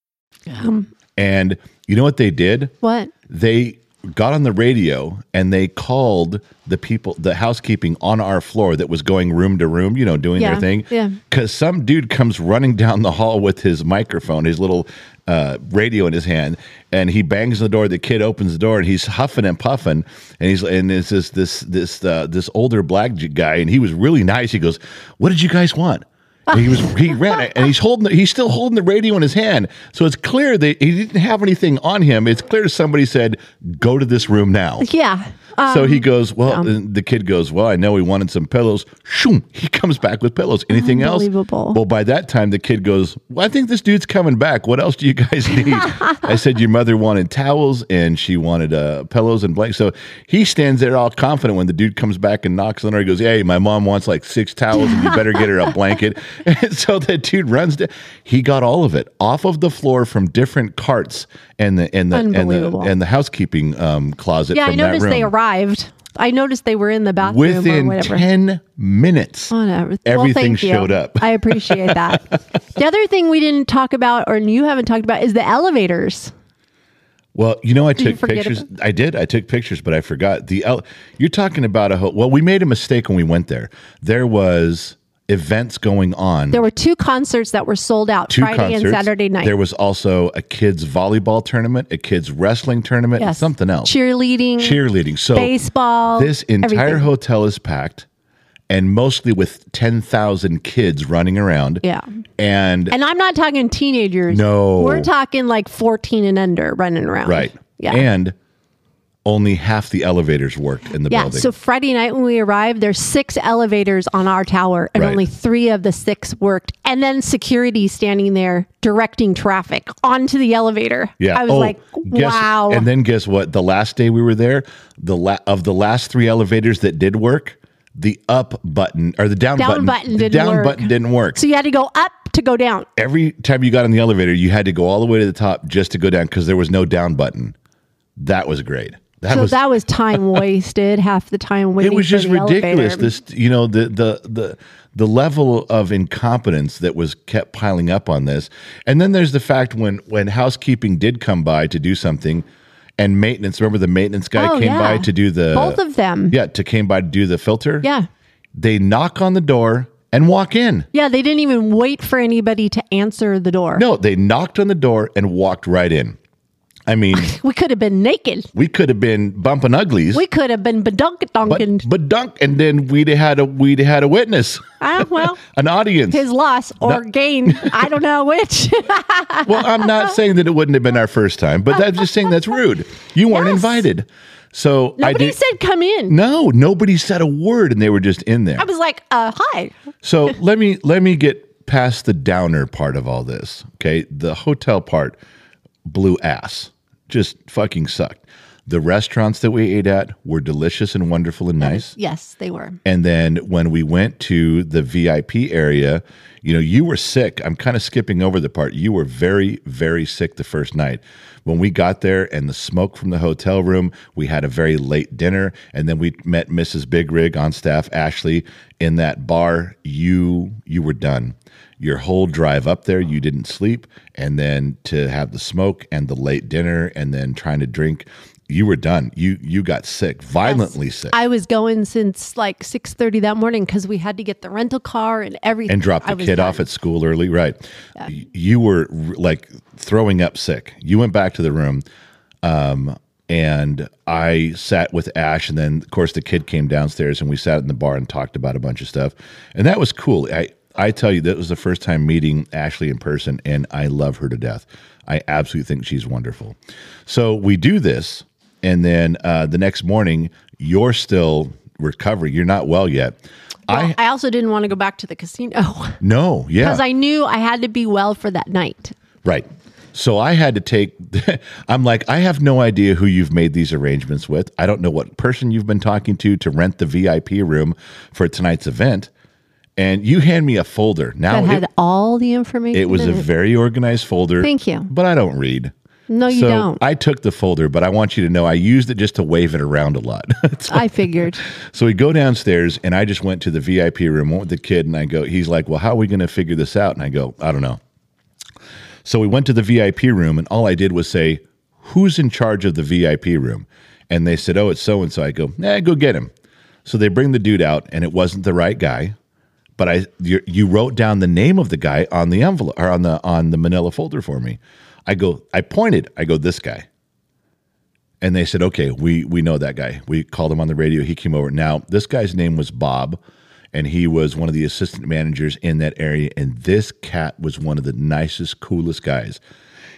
Speaker 1: And you know what they did?
Speaker 3: What?
Speaker 1: They got on the radio and they called the people, the housekeeping on our floor that was going room to room, you know, doing
Speaker 3: Yeah,
Speaker 1: their thing.
Speaker 3: yeah.
Speaker 1: Because some dude comes running down the hall with his microphone, his little uh, radio in his hand, and he bangs on the door. The kid opens the door, and he's huffing and puffing, and he's and it's this this this uh, this older black j- guy, and he was really nice. He goes, "What did you guys want?" And he was he ran it, and he's holding the, he's still holding the radio in his hand. So it's clear that he didn't have anything on him. It's clear somebody said, "Go to this room now."
Speaker 3: Yeah. Uh,
Speaker 1: so he goes, well, and the kid goes, well, I know he wanted some pillows. Shoom, he comes back with pillows. Anything else?
Speaker 3: Unbelievable.
Speaker 1: Well, by that time, the kid goes, well, I think this dude's coming back. What else do you
Speaker 3: (laughs)
Speaker 1: guys need? I said, your mother wanted towels and she wanted uh, pillows and blankets. So he stands there all confident when the dude comes back and knocks on her. He goes, hey, my mom wants like six towels and you better get her a blanket. (laughs) and so that dude runs. To, he got all of it off of the floor from different carts and the and the and the,
Speaker 3: Unbelievable.
Speaker 1: and the housekeeping um, closet.
Speaker 3: yeah, I
Speaker 1: from that
Speaker 3: noticed
Speaker 1: room
Speaker 3: they arrived. I noticed they were in the bathroom or
Speaker 1: within
Speaker 3: whatever. Oh,
Speaker 1: 10 minutes
Speaker 3: Whatever.
Speaker 1: everything
Speaker 3: thank you.
Speaker 1: showed up.
Speaker 3: I appreciate that. the other thing we didn't talk about, or you haven't talked about, is the elevators.
Speaker 1: well you know i took
Speaker 3: forget
Speaker 1: pictures i did i took pictures but i forgot the el- you're talking about a ho- well we made a mistake when we went there there was events going on
Speaker 3: There were two concerts that were sold out
Speaker 1: two
Speaker 3: Friday
Speaker 1: concerts
Speaker 3: and Saturday night.
Speaker 1: there was also a kids volleyball tournament a kids wrestling tournament and
Speaker 3: Yes.
Speaker 1: something else
Speaker 3: Cheerleading.
Speaker 1: cheerleading so
Speaker 3: baseball,
Speaker 1: this entire
Speaker 3: everything.
Speaker 1: hotel is packed and mostly with 10,000 kids running around
Speaker 3: Yeah.
Speaker 1: and
Speaker 3: And I'm not talking teenagers.
Speaker 1: No.
Speaker 3: We're talking like 14 and under running around.
Speaker 1: Right.
Speaker 3: Yeah.
Speaker 1: And only half the elevators worked in the
Speaker 3: yeah.
Speaker 1: building.
Speaker 3: So Friday night when we arrived, there's six elevators on our tower and
Speaker 1: Right.
Speaker 3: only three of the six worked. And then security standing there directing traffic onto the elevator.
Speaker 1: yeah.
Speaker 3: I was
Speaker 1: Oh,
Speaker 3: like,
Speaker 1: guess-
Speaker 3: wow.
Speaker 1: And then guess what? The last day we were there, the la- of the last three elevators that did work, the up button or the down,
Speaker 3: Down
Speaker 1: button,
Speaker 3: button
Speaker 1: the
Speaker 3: didn't
Speaker 1: down
Speaker 3: work.
Speaker 1: button didn't work.
Speaker 3: so you had to go up to go down.
Speaker 1: Every time you got in the elevator, you had to go all the way to the top just to go down because there was no down button. That was great. That
Speaker 3: so
Speaker 1: was
Speaker 3: that
Speaker 1: (laughs)
Speaker 3: was time wasted half the time waiting.
Speaker 1: it was
Speaker 3: for
Speaker 1: just
Speaker 3: the
Speaker 1: ridiculous
Speaker 3: elevator.
Speaker 1: this you know the the the the level of incompetence that was kept piling up on this and then there's the fact when when housekeeping did come by to do something and maintenance remember the maintenance guy
Speaker 3: Oh,
Speaker 1: came by
Speaker 3: yeah.
Speaker 1: to do the
Speaker 3: Both of them.
Speaker 1: yeah to came by to do the filter
Speaker 3: Yeah.
Speaker 1: they knock on the door and walk in
Speaker 3: Yeah, they didn't even wait for anybody to answer the door.
Speaker 1: no they knocked on the door and walked right in I
Speaker 3: (laughs)
Speaker 1: mean,
Speaker 3: We could have been naked.
Speaker 1: we could have been bumping uglies,
Speaker 3: We could have been badunk
Speaker 1: but,
Speaker 3: dunking.
Speaker 1: but dunk, and then we'd have had a we'd have had a witness,
Speaker 3: Ah,
Speaker 1: (laughs)
Speaker 3: well,
Speaker 1: an audience.
Speaker 3: his loss or gain. I don't
Speaker 1: (laughs)
Speaker 3: know which.
Speaker 1: well, I'm
Speaker 3: (laughs)
Speaker 1: not saying that it wouldn't have been our first time, but I'm just saying that's rude. You weren't
Speaker 3: Yes.
Speaker 1: invited, so I
Speaker 3: Nobody
Speaker 1: did.
Speaker 3: said come in.
Speaker 1: no, nobody said a word, and they were just in there.
Speaker 3: I was like, uh, hi.
Speaker 1: So let me let me get past the downer part of all this. Okay, the hotel part blew ass, just fucking sucked. The restaurants that we ate at were delicious and wonderful and nice.
Speaker 3: Yes, they were.
Speaker 1: And then when we went to the VIP area, you know, you were sick. I'm kind of skipping over the part. You were very, very sick the first night. When we got there and the smoke from the hotel room, we had a very late dinner. And then we met Mrs. Big Rig on staff, Ashley, in that bar. You you were done. Your whole drive up there, you didn't sleep. And then to have the smoke and the late dinner and then trying to drink, you were done. You you got sick, violently sick.
Speaker 3: I was going since like six thirty that morning because we had to get the rental car and everything.
Speaker 1: (laughs) and drop
Speaker 3: I
Speaker 1: the
Speaker 3: was
Speaker 1: kid
Speaker 3: done.
Speaker 1: off at school early right Y- you were r- like throwing up sick you went back to the room um, and i sat with ash and then of course the kid came downstairs and we sat in the bar and talked about a bunch of stuff and that was cool i I tell you, that was the first time meeting Ashley in person, and I love her to death. I absolutely think she's wonderful. So we do this, and then uh, the next morning, you're still recovering. You're not well yet.
Speaker 3: Well,
Speaker 1: I
Speaker 3: I also didn't want to go back to the casino (laughs) because
Speaker 1: no, yeah,
Speaker 3: I knew I had to be well for that night.
Speaker 1: Right. So I had to take, (laughs) I'm like, I have no idea who you've made these arrangements with. I don't know what person you've been talking to to rent the VIP room for tonight's event. And you hand me a folder.
Speaker 3: I
Speaker 1: Now
Speaker 3: had
Speaker 1: it,
Speaker 3: all the information.
Speaker 1: it was
Speaker 3: in
Speaker 1: a very organized folder.
Speaker 3: Thank you.
Speaker 1: But I don't read.
Speaker 3: No, you
Speaker 1: so
Speaker 3: don't.
Speaker 1: I took the folder, but I want you to know I used it just to wave it around a lot. (laughs) It's
Speaker 3: I
Speaker 1: (laughs)
Speaker 3: figured.
Speaker 1: so we go downstairs, and I just went to the VIP room, went with the kid, and I go, he's like, Well, how are we going to figure this out? And I go, I don't know. So we went to the VIP room, and all I did was say, Who's in charge of the VIP room? And they said, Oh, it's so and so. I go, Nah, go get him. So they bring the dude out, and it wasn't the right guy. But I, you, you wrote down the name of the guy on the envelope or on the on the Manila folder for me. I go, I pointed. I go, this guy. And they said, okay, we we know that guy. We called him on the radio. He came over. Now this guy's name was Bob, and he was one of the assistant managers in that area. And this cat was one of the nicest, coolest guys.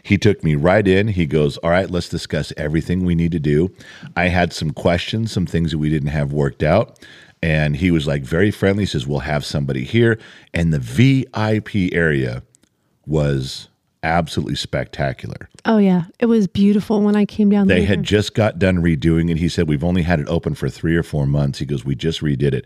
Speaker 1: He took me right in. He goes, all right, let's discuss everything we need to do. I had some questions, some things that we didn't have worked out. And he was like very friendly. He says, We'll have somebody here. And the VIP area was absolutely spectacular.
Speaker 3: Oh yeah, it was beautiful when I came down.
Speaker 1: They
Speaker 3: later.
Speaker 1: had just got done redoing it. He said, We've only had it open for three or four months. He goes, We just redid it.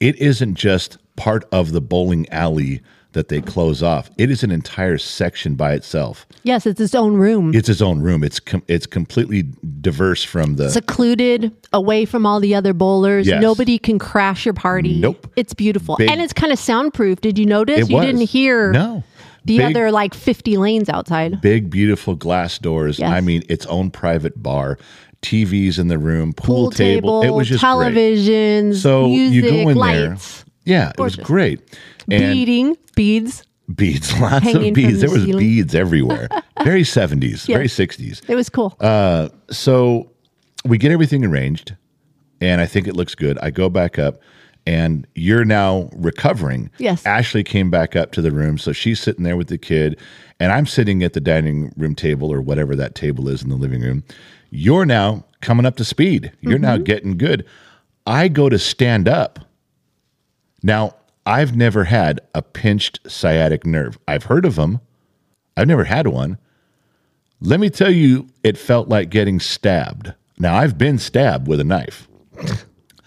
Speaker 1: It isn't just part of the bowling alley that they close off, it is an entire section by itself.
Speaker 3: yes, it's its own room,
Speaker 1: It's its own room. It's com- it's completely diverse from the.
Speaker 3: secluded, away from all the other bowlers.
Speaker 1: Yes.
Speaker 3: Nobody can crash your party.
Speaker 1: Nope.
Speaker 3: It's beautiful
Speaker 1: Big-
Speaker 3: and it's kind of soundproof. Did you notice?
Speaker 1: It
Speaker 3: you
Speaker 1: was.
Speaker 3: didn't hear
Speaker 1: No.
Speaker 3: the
Speaker 1: Big-
Speaker 3: other like fifty lanes outside.
Speaker 1: Big, beautiful glass doors.
Speaker 3: Yes.
Speaker 1: I mean, its own private bar, TVs in the room, pool, table. It was just Great.
Speaker 3: televisions,
Speaker 1: So
Speaker 3: music,
Speaker 1: you go in
Speaker 3: lights,
Speaker 1: there. Yeah, it
Speaker 3: Gorgeous.
Speaker 1: was great. And
Speaker 3: beading, beads.
Speaker 1: beads, (laughs) lots
Speaker 3: Hanging from
Speaker 1: of beads.
Speaker 3: the
Speaker 1: There was
Speaker 3: ceiling.
Speaker 1: beads
Speaker 3: (laughs)
Speaker 1: everywhere. very 70s, very 60s.
Speaker 3: It was cool.
Speaker 1: Uh, So we get everything arranged and I think it looks good. I go back up and you're now recovering.
Speaker 3: Yes.
Speaker 1: Ashley came back up to the room. So she's sitting there with the kid and I'm sitting at the dining room table or whatever that table is in the living room. You're now coming up to speed. You're now getting good. I go to stand up. Now, I've never had a pinched sciatic nerve. I've heard of them. I've never had one. Let me tell you, it felt like getting stabbed. Now, I've been stabbed with a knife.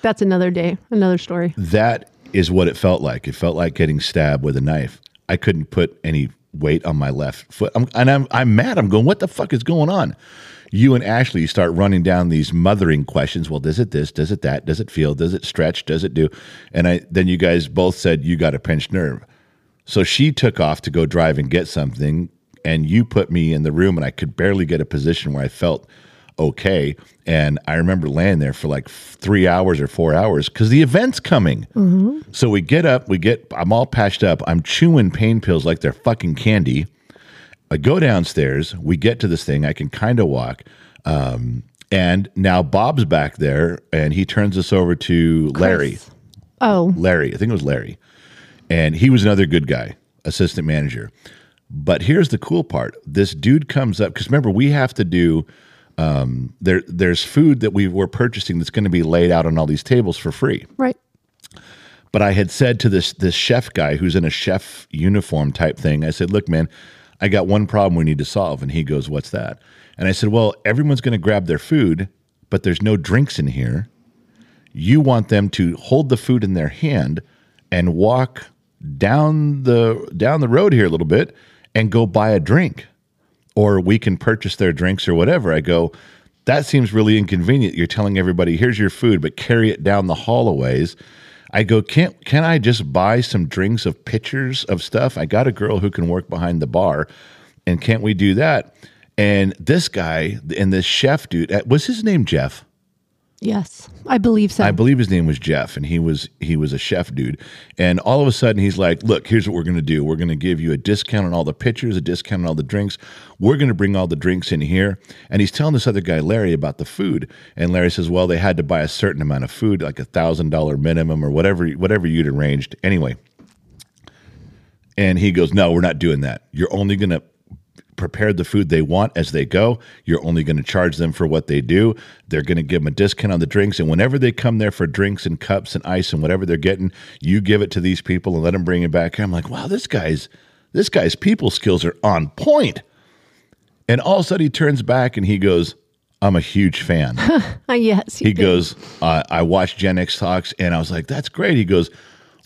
Speaker 3: That's another day, another story.
Speaker 1: That is what it felt like. It felt like getting stabbed with a knife. I couldn't put any weight on my left foot. I'm, and I'm, I'm mad. I'm going, what the fuck is going on? You and Ashley start running down these mothering questions. Well, does it this? Does it that? Does it feel? Does it stretch? Does it do? And I then you guys both said you got a pinched nerve. So she took off to go drive and get something, and you put me in the room, and I could barely get a position where I felt okay. And I remember laying there for like f- three hours or four hours because the event's coming. So we get up, we get, I'm all patched up, I'm chewing pain pills like they're fucking candy. I go downstairs. We get to this thing. I can kind of walk. Um, and now Bob's back there, and he turns us over to Larry.
Speaker 3: Chris. Oh,
Speaker 1: Larry, I think it was Larry. And he was another good guy, assistant manager. But here's the cool part. This dude comes up because remember we have to do um there there's food that we were purchasing that's going to be laid out on all these tables for free.
Speaker 3: right.
Speaker 1: But I had said to this this chef guy who's in a chef uniform type thing, I said, "Look, man, I got one problem we need to solve." And he goes, "What's that?" And I said, "Well, everyone's going to grab their food, but there's no drinks in here. You want them to hold the food in their hand and walk down the down the road here a little bit and go buy a drink." or we can purchase their drinks or whatever. I go, that seems really inconvenient. You're telling everybody, here's your food, but carry it down the hallways. I go, can't can I just buy some drinks of pitchers of stuff? I got a girl who can work behind the bar, and can't we do that? And this guy and this chef dude uh, was his name Jeff.
Speaker 3: Yes, I believe so.
Speaker 1: I believe his name was Jeff, and he was he was a chef dude. And all of a sudden, he's like, "Look, here's what we're gonna do. We're gonna give you a discount on all the pitchers, a discount on all the drinks. We're gonna bring all the drinks in here." And he's telling this other guy, Larry, about the food. And Larry says, "Well, they had to buy a certain amount of food, like a thousand dollar minimum or whatever whatever you'd arranged." Anyway, and he goes, No, we're not doing that. You're only going to prepare the food they want as they go. You're only going to charge them for what they do. They're going to give them a discount on the drinks. And whenever they come there for drinks and cups and ice and whatever they're getting, you give it to these people and let them bring it back here. I'm like, Wow, this guy's. This guy's people skills are on point. And all of a sudden he turns back and he goes, I'm a huge fan.
Speaker 3: Uh, (laughs) yes, you
Speaker 1: He
Speaker 3: did.
Speaker 1: goes, uh, I watched Gen X Talks and I was like, that's great. He goes,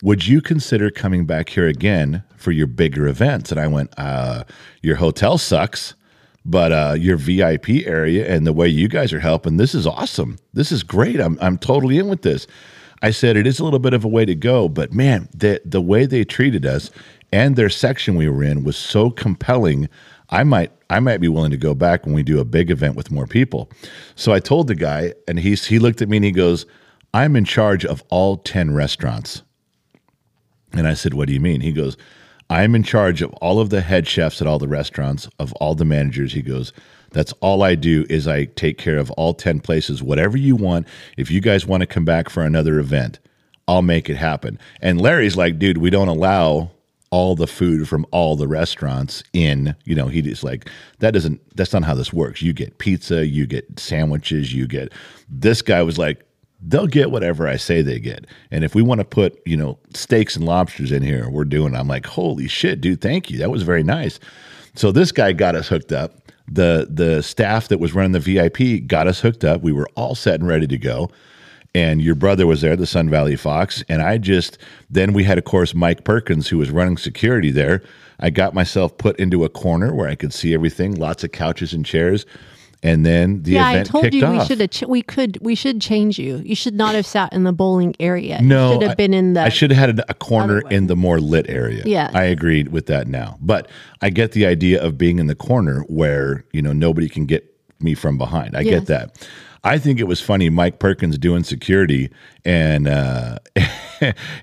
Speaker 1: Would you consider coming back here again for your bigger events? And I went, uh, Your hotel sucks, but uh, your VIP area and the way you guys are helping, this is awesome. This is great. I'm, I'm totally in with this. I said, It is a little bit of a way to go, but man, the, the way they treated us and their section we were in was so compelling. I might I might be willing to go back when we do a big event with more people. So I told the guy, and he's he looked at me and he goes, I'm in charge of all 10 restaurants. And I said, What do you mean? He goes, I'm in charge of all of the head chefs at all the restaurants, of all the managers. He goes, That's all I do is I take care of all 10 places, whatever you want. If you guys want to come back for another event, I'll make it happen. And Larry's like, Dude, we don't allow all the food from all the restaurants in you know he just like that doesn't that's not how this works you get pizza you get sandwiches you get this guy was like they'll get whatever i say they get and if we want to put you know steaks and lobsters in here we're doing it. i'm like holy shit dude thank you that was very nice so this guy got us hooked up the the staff that was running the vip got us hooked up we were all set and ready to go and your brother was there, the Sun Valley Fox. And I just, then we had, of course, Mike Perkins, who was running security there. I got myself put into a corner where I could see everything, lots of couches and chairs. And then the
Speaker 3: yeah, I
Speaker 1: event
Speaker 3: told
Speaker 1: kicked
Speaker 3: you we
Speaker 1: off.
Speaker 3: should have. Ch- we could. We should change you. You should not have sat in the bowling area.
Speaker 1: no,
Speaker 3: you should have
Speaker 1: I-
Speaker 3: been in the.
Speaker 1: I should have had a corner in the more lit area.
Speaker 3: Yes.
Speaker 1: I agreed with that now. But I get the idea of being in the corner where, you know, nobody can get me from behind. I
Speaker 3: Yes.
Speaker 1: get that. I think it was funny Mike Perkins doing security and uh (laughs)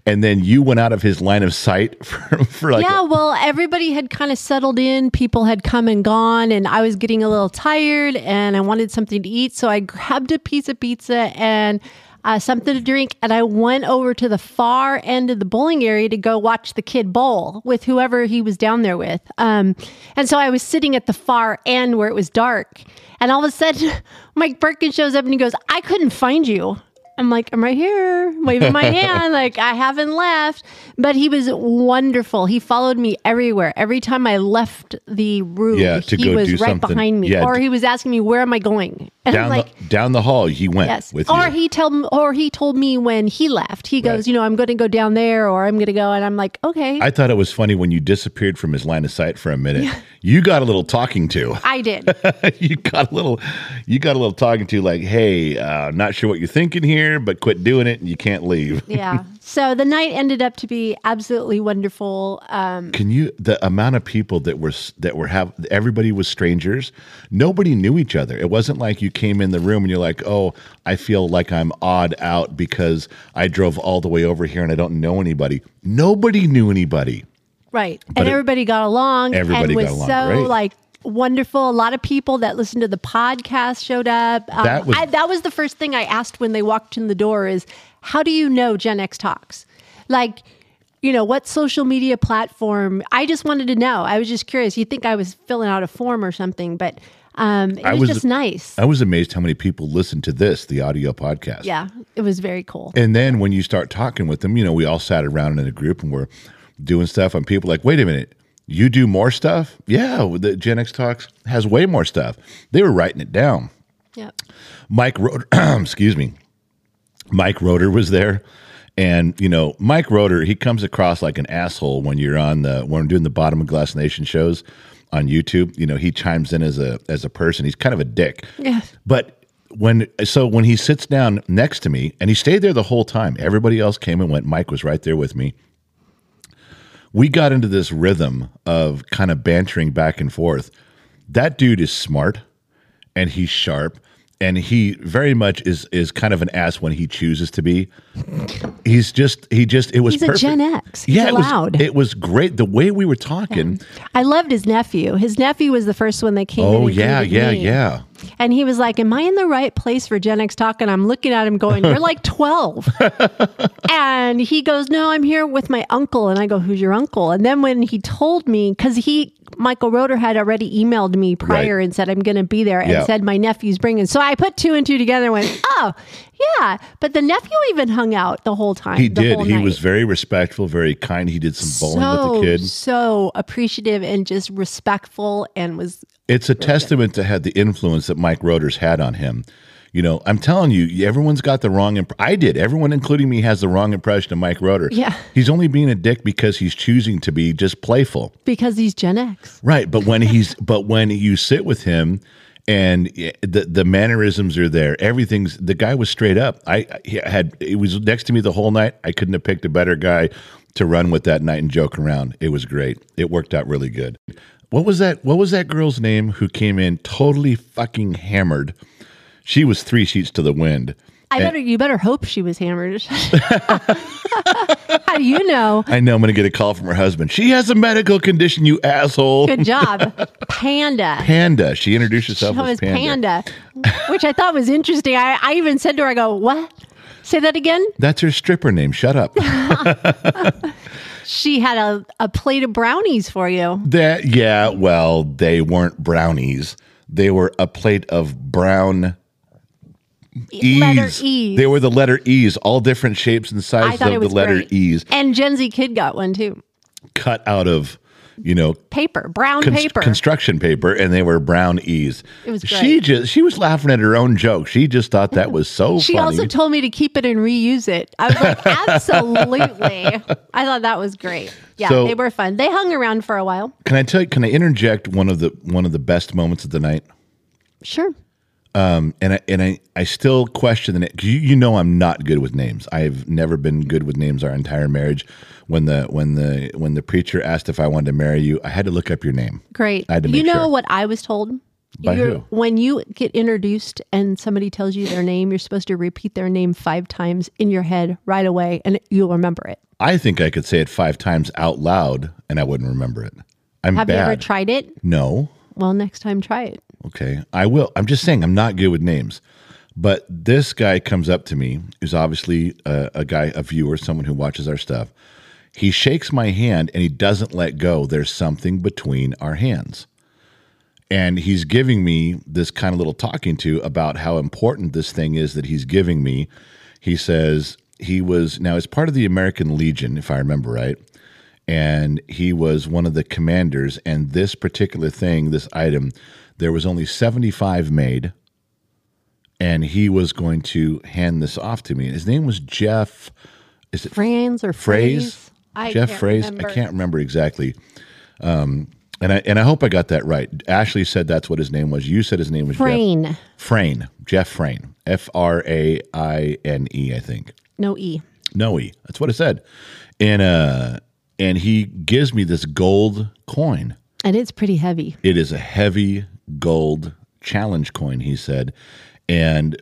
Speaker 1: and then you went out of his line of sight (laughs) for, for like
Speaker 3: yeah, well, everybody had kind of settled in. People had come and gone, and I was getting a little tired, and I wanted something to eat. So I grabbed a piece of pizza and uh, something to drink, and I went over to the far end of the bowling area to go watch the kid bowl with whoever he was down there with. Um, and so I was sitting at the far end where it was dark, and all of a sudden, (laughs) Mike Perkins shows up and he goes, "I couldn't find you." I'm like, I'm right here,
Speaker 1: (laughs)
Speaker 3: waving my hand, like I haven't left. But he was wonderful. He followed me everywhere. Every time I left the room,
Speaker 1: Yeah, to
Speaker 3: he
Speaker 1: go
Speaker 3: was
Speaker 1: do
Speaker 3: right
Speaker 1: something.
Speaker 3: behind me.
Speaker 1: Yeah.
Speaker 3: Or he was asking me, Where am I going? And
Speaker 1: down
Speaker 3: I'm like,
Speaker 1: the down the hall he went
Speaker 3: Yes.
Speaker 1: with
Speaker 3: Or
Speaker 1: you.
Speaker 3: he tell or he told me when he left. He goes,
Speaker 1: Right.
Speaker 3: you know, I'm gonna go down there or I'm gonna go and I'm like, okay.
Speaker 1: I thought it was funny when you disappeared from his line of sight for a minute. You got a little talking to.
Speaker 3: I
Speaker 1: (laughs)
Speaker 3: did.
Speaker 1: you got a little you got a little talking to like hey uh, not sure what you're thinking here but quit doing it and you can't leave
Speaker 3: Yeah. So the night ended up to be absolutely wonderful. Um,
Speaker 1: can you the amount of people that were s- that were have everybody was strangers nobody knew each other it wasn't like you came in the room and you're like oh i feel like i'm odd out because i drove all the way over here and i don't know anybody nobody knew anybody
Speaker 3: Right.
Speaker 1: But
Speaker 3: and
Speaker 1: it-
Speaker 3: everybody got along.
Speaker 1: Everybody
Speaker 3: and was
Speaker 1: got along
Speaker 3: so
Speaker 1: great.
Speaker 3: like wonderful. A lot of people that listened to the podcast showed up. Um,
Speaker 1: That was-
Speaker 3: I, that was the first thing I asked when they walked in the door is how do you know Gen X talks? Like, you know, what social media platform? I just wanted to know. I was just curious. You think I was filling out a form or something, but um, it
Speaker 1: I
Speaker 3: was,
Speaker 1: was-
Speaker 3: just nice.
Speaker 1: I was amazed how many people listen to this, the audio podcast.
Speaker 3: yeah, it was very cool.
Speaker 1: And then when you start talking with them, you know, we all sat around in a group and we're doing stuff, and people are like, wait a minute, you do more stuff? Yeah, the Gen X Talks has way more stuff. They were writing it down.
Speaker 3: Yeah.
Speaker 1: Mike Roder, (clears throat) excuse me, Mike Roder was there, and you know Mike Roder, he comes across like an asshole when you're on the when we're doing the Bottom of Glass Nation shows on YouTube. You know he chimes in as a as a person. He's kind of a dick.
Speaker 3: Yeah.
Speaker 1: But when so when he sits down next to me, and he stayed there the whole time. Everybody else came and went. Mike was right there with me. We got into this rhythm of kind of bantering back and forth. That dude is smart and he's sharp and he very much is is kind of an ass when he chooses to be. He's just he just it was
Speaker 3: He's a
Speaker 1: perfect.
Speaker 3: Gen X. He's
Speaker 1: it was-
Speaker 3: allowed.
Speaker 1: it was great the way we were talking.
Speaker 3: I loved his nephew. His nephew was the first one that came in.
Speaker 1: Oh
Speaker 3: and
Speaker 1: yeah,
Speaker 3: greeted
Speaker 1: yeah,
Speaker 3: me.
Speaker 1: yeah.
Speaker 3: And he was like, Am I in the right place for Gen X Talk? And I'm looking at him going, You're
Speaker 1: (laughs)
Speaker 3: like 12. and he goes, No, I'm here with my uncle. And I go, Who's your uncle? And then when he told me, because he, Michael Roeder had already emailed me prior
Speaker 1: Right.
Speaker 3: and said, I'm going to be there and
Speaker 1: Yeah.
Speaker 3: said, My nephew's bringing. So I put two and two together and
Speaker 1: (laughs)
Speaker 3: went, Oh, yeah. But the nephew even hung out the whole time.
Speaker 1: He
Speaker 3: the
Speaker 1: did.
Speaker 3: whole
Speaker 1: He
Speaker 3: night.
Speaker 1: was very respectful, very kind. He did some bowling
Speaker 3: so,
Speaker 1: with the kid.
Speaker 3: so appreciative and just respectful and was
Speaker 1: It's a testament to had the influence that Mike Roeder's had on him. You know, I'm telling you, everyone's got the wrong. Imp- I did. Everyone, including me, has the wrong impression of Mike Roeder.
Speaker 3: Yeah.
Speaker 1: he's only being a dick because he's choosing to be just playful.
Speaker 3: because he's Gen X.
Speaker 1: Right, but when he's (laughs) but when you sit with him and eh, the the mannerisms are there, everything's the guy was straight up. I he had it was next to me the whole night. I couldn't have picked a better guy to run with that night and joke around. It was great. It worked out really good. What was that what was that girl's name who came in totally fucking hammered? She was 3 sheets to the wind.
Speaker 3: I
Speaker 1: And-
Speaker 3: better you better hope she was hammered. (laughs) How do you know?
Speaker 1: I know I'm going to get a call from her husband. She has a medical condition, you asshole.
Speaker 3: Good job, Panda.
Speaker 1: Panda. She introduced herself
Speaker 3: That
Speaker 1: as
Speaker 3: was Panda, which I thought was interesting. I, I even said to her, "I go what." Say that again.
Speaker 1: That's her stripper name. Shut up. (laughs)
Speaker 3: She had a, a plate of brownies for you.
Speaker 1: That yeah, well, they weren't brownies. They were a plate of brown E's.
Speaker 3: E, letter E's.
Speaker 1: They were the letter E's, all different shapes and
Speaker 3: I
Speaker 1: sizes
Speaker 3: thought it
Speaker 1: of the
Speaker 3: was
Speaker 1: letter
Speaker 3: great.
Speaker 1: E's,
Speaker 3: And Gen Z kid got one too.
Speaker 1: cut out of you know
Speaker 3: Paper, brown
Speaker 1: cons-
Speaker 3: paper.
Speaker 1: construction paper, and they were brown E's.
Speaker 3: It was
Speaker 1: She
Speaker 3: great. Mm.
Speaker 1: just she was laughing at her own joke. She just thought that was so
Speaker 3: she
Speaker 1: funny.
Speaker 3: also told me to keep it and reuse it. I was
Speaker 1: (laughs)
Speaker 3: like, absolutely. I thought that was great. Yeah,
Speaker 1: So-
Speaker 3: they were fun. They hung around for a while.
Speaker 1: can I tell? you? Can I interject one of the one of the best moments of the night?
Speaker 3: Sure.
Speaker 1: and I and I, I still question the name. 'cause You, you know I'm not good with names. I've never been good with names our entire marriage. When the when the when the preacher asked if I wanted to marry you, I had to look up your name.
Speaker 3: Great.
Speaker 1: I had to
Speaker 3: you
Speaker 1: make
Speaker 3: know
Speaker 1: sure.
Speaker 3: what I was told?
Speaker 1: By
Speaker 3: You're-
Speaker 1: who?
Speaker 3: When you get introduced and somebody tells you their name, you're supposed to repeat their name five times in your head right away and you'll remember it.
Speaker 1: I think I could say it five times out loud and I wouldn't remember it. I'm
Speaker 3: Have
Speaker 1: bad.
Speaker 3: you ever tried it?
Speaker 1: no.
Speaker 3: Well, next time try it.
Speaker 1: Okay, I will. I'm just saying I'm not good with names. But this guy comes up to me, who's obviously a, a guy, a viewer, someone who watches our stuff. He shakes my hand and he doesn't let go. There's something between our hands. And he's giving me this kind of little talking to about how important this thing is that he's giving me. He says he was now as part of the American Legion, if I remember right and he was one of the commanders. And this particular thing, this item, there was only 75 made, and he was going to hand this off to me. His name was Jeff. Is it
Speaker 3: Friends or
Speaker 1: Phrase?
Speaker 3: phrase? I
Speaker 1: Jeff
Speaker 3: can't
Speaker 1: Phrase?
Speaker 3: remember.
Speaker 1: I can't remember exactly. Um, and I and I hope I got that right. Ashley said that's what his name was. You said his name was Jeff.
Speaker 3: Brain.
Speaker 1: Frain. Jeff Frain. F R A I N E. I think.
Speaker 3: No E.
Speaker 1: No, he. That's what I said. And uh and he gives me this gold coin.
Speaker 3: And it's pretty heavy.
Speaker 1: It is a heavy gold challenge coin, he said. And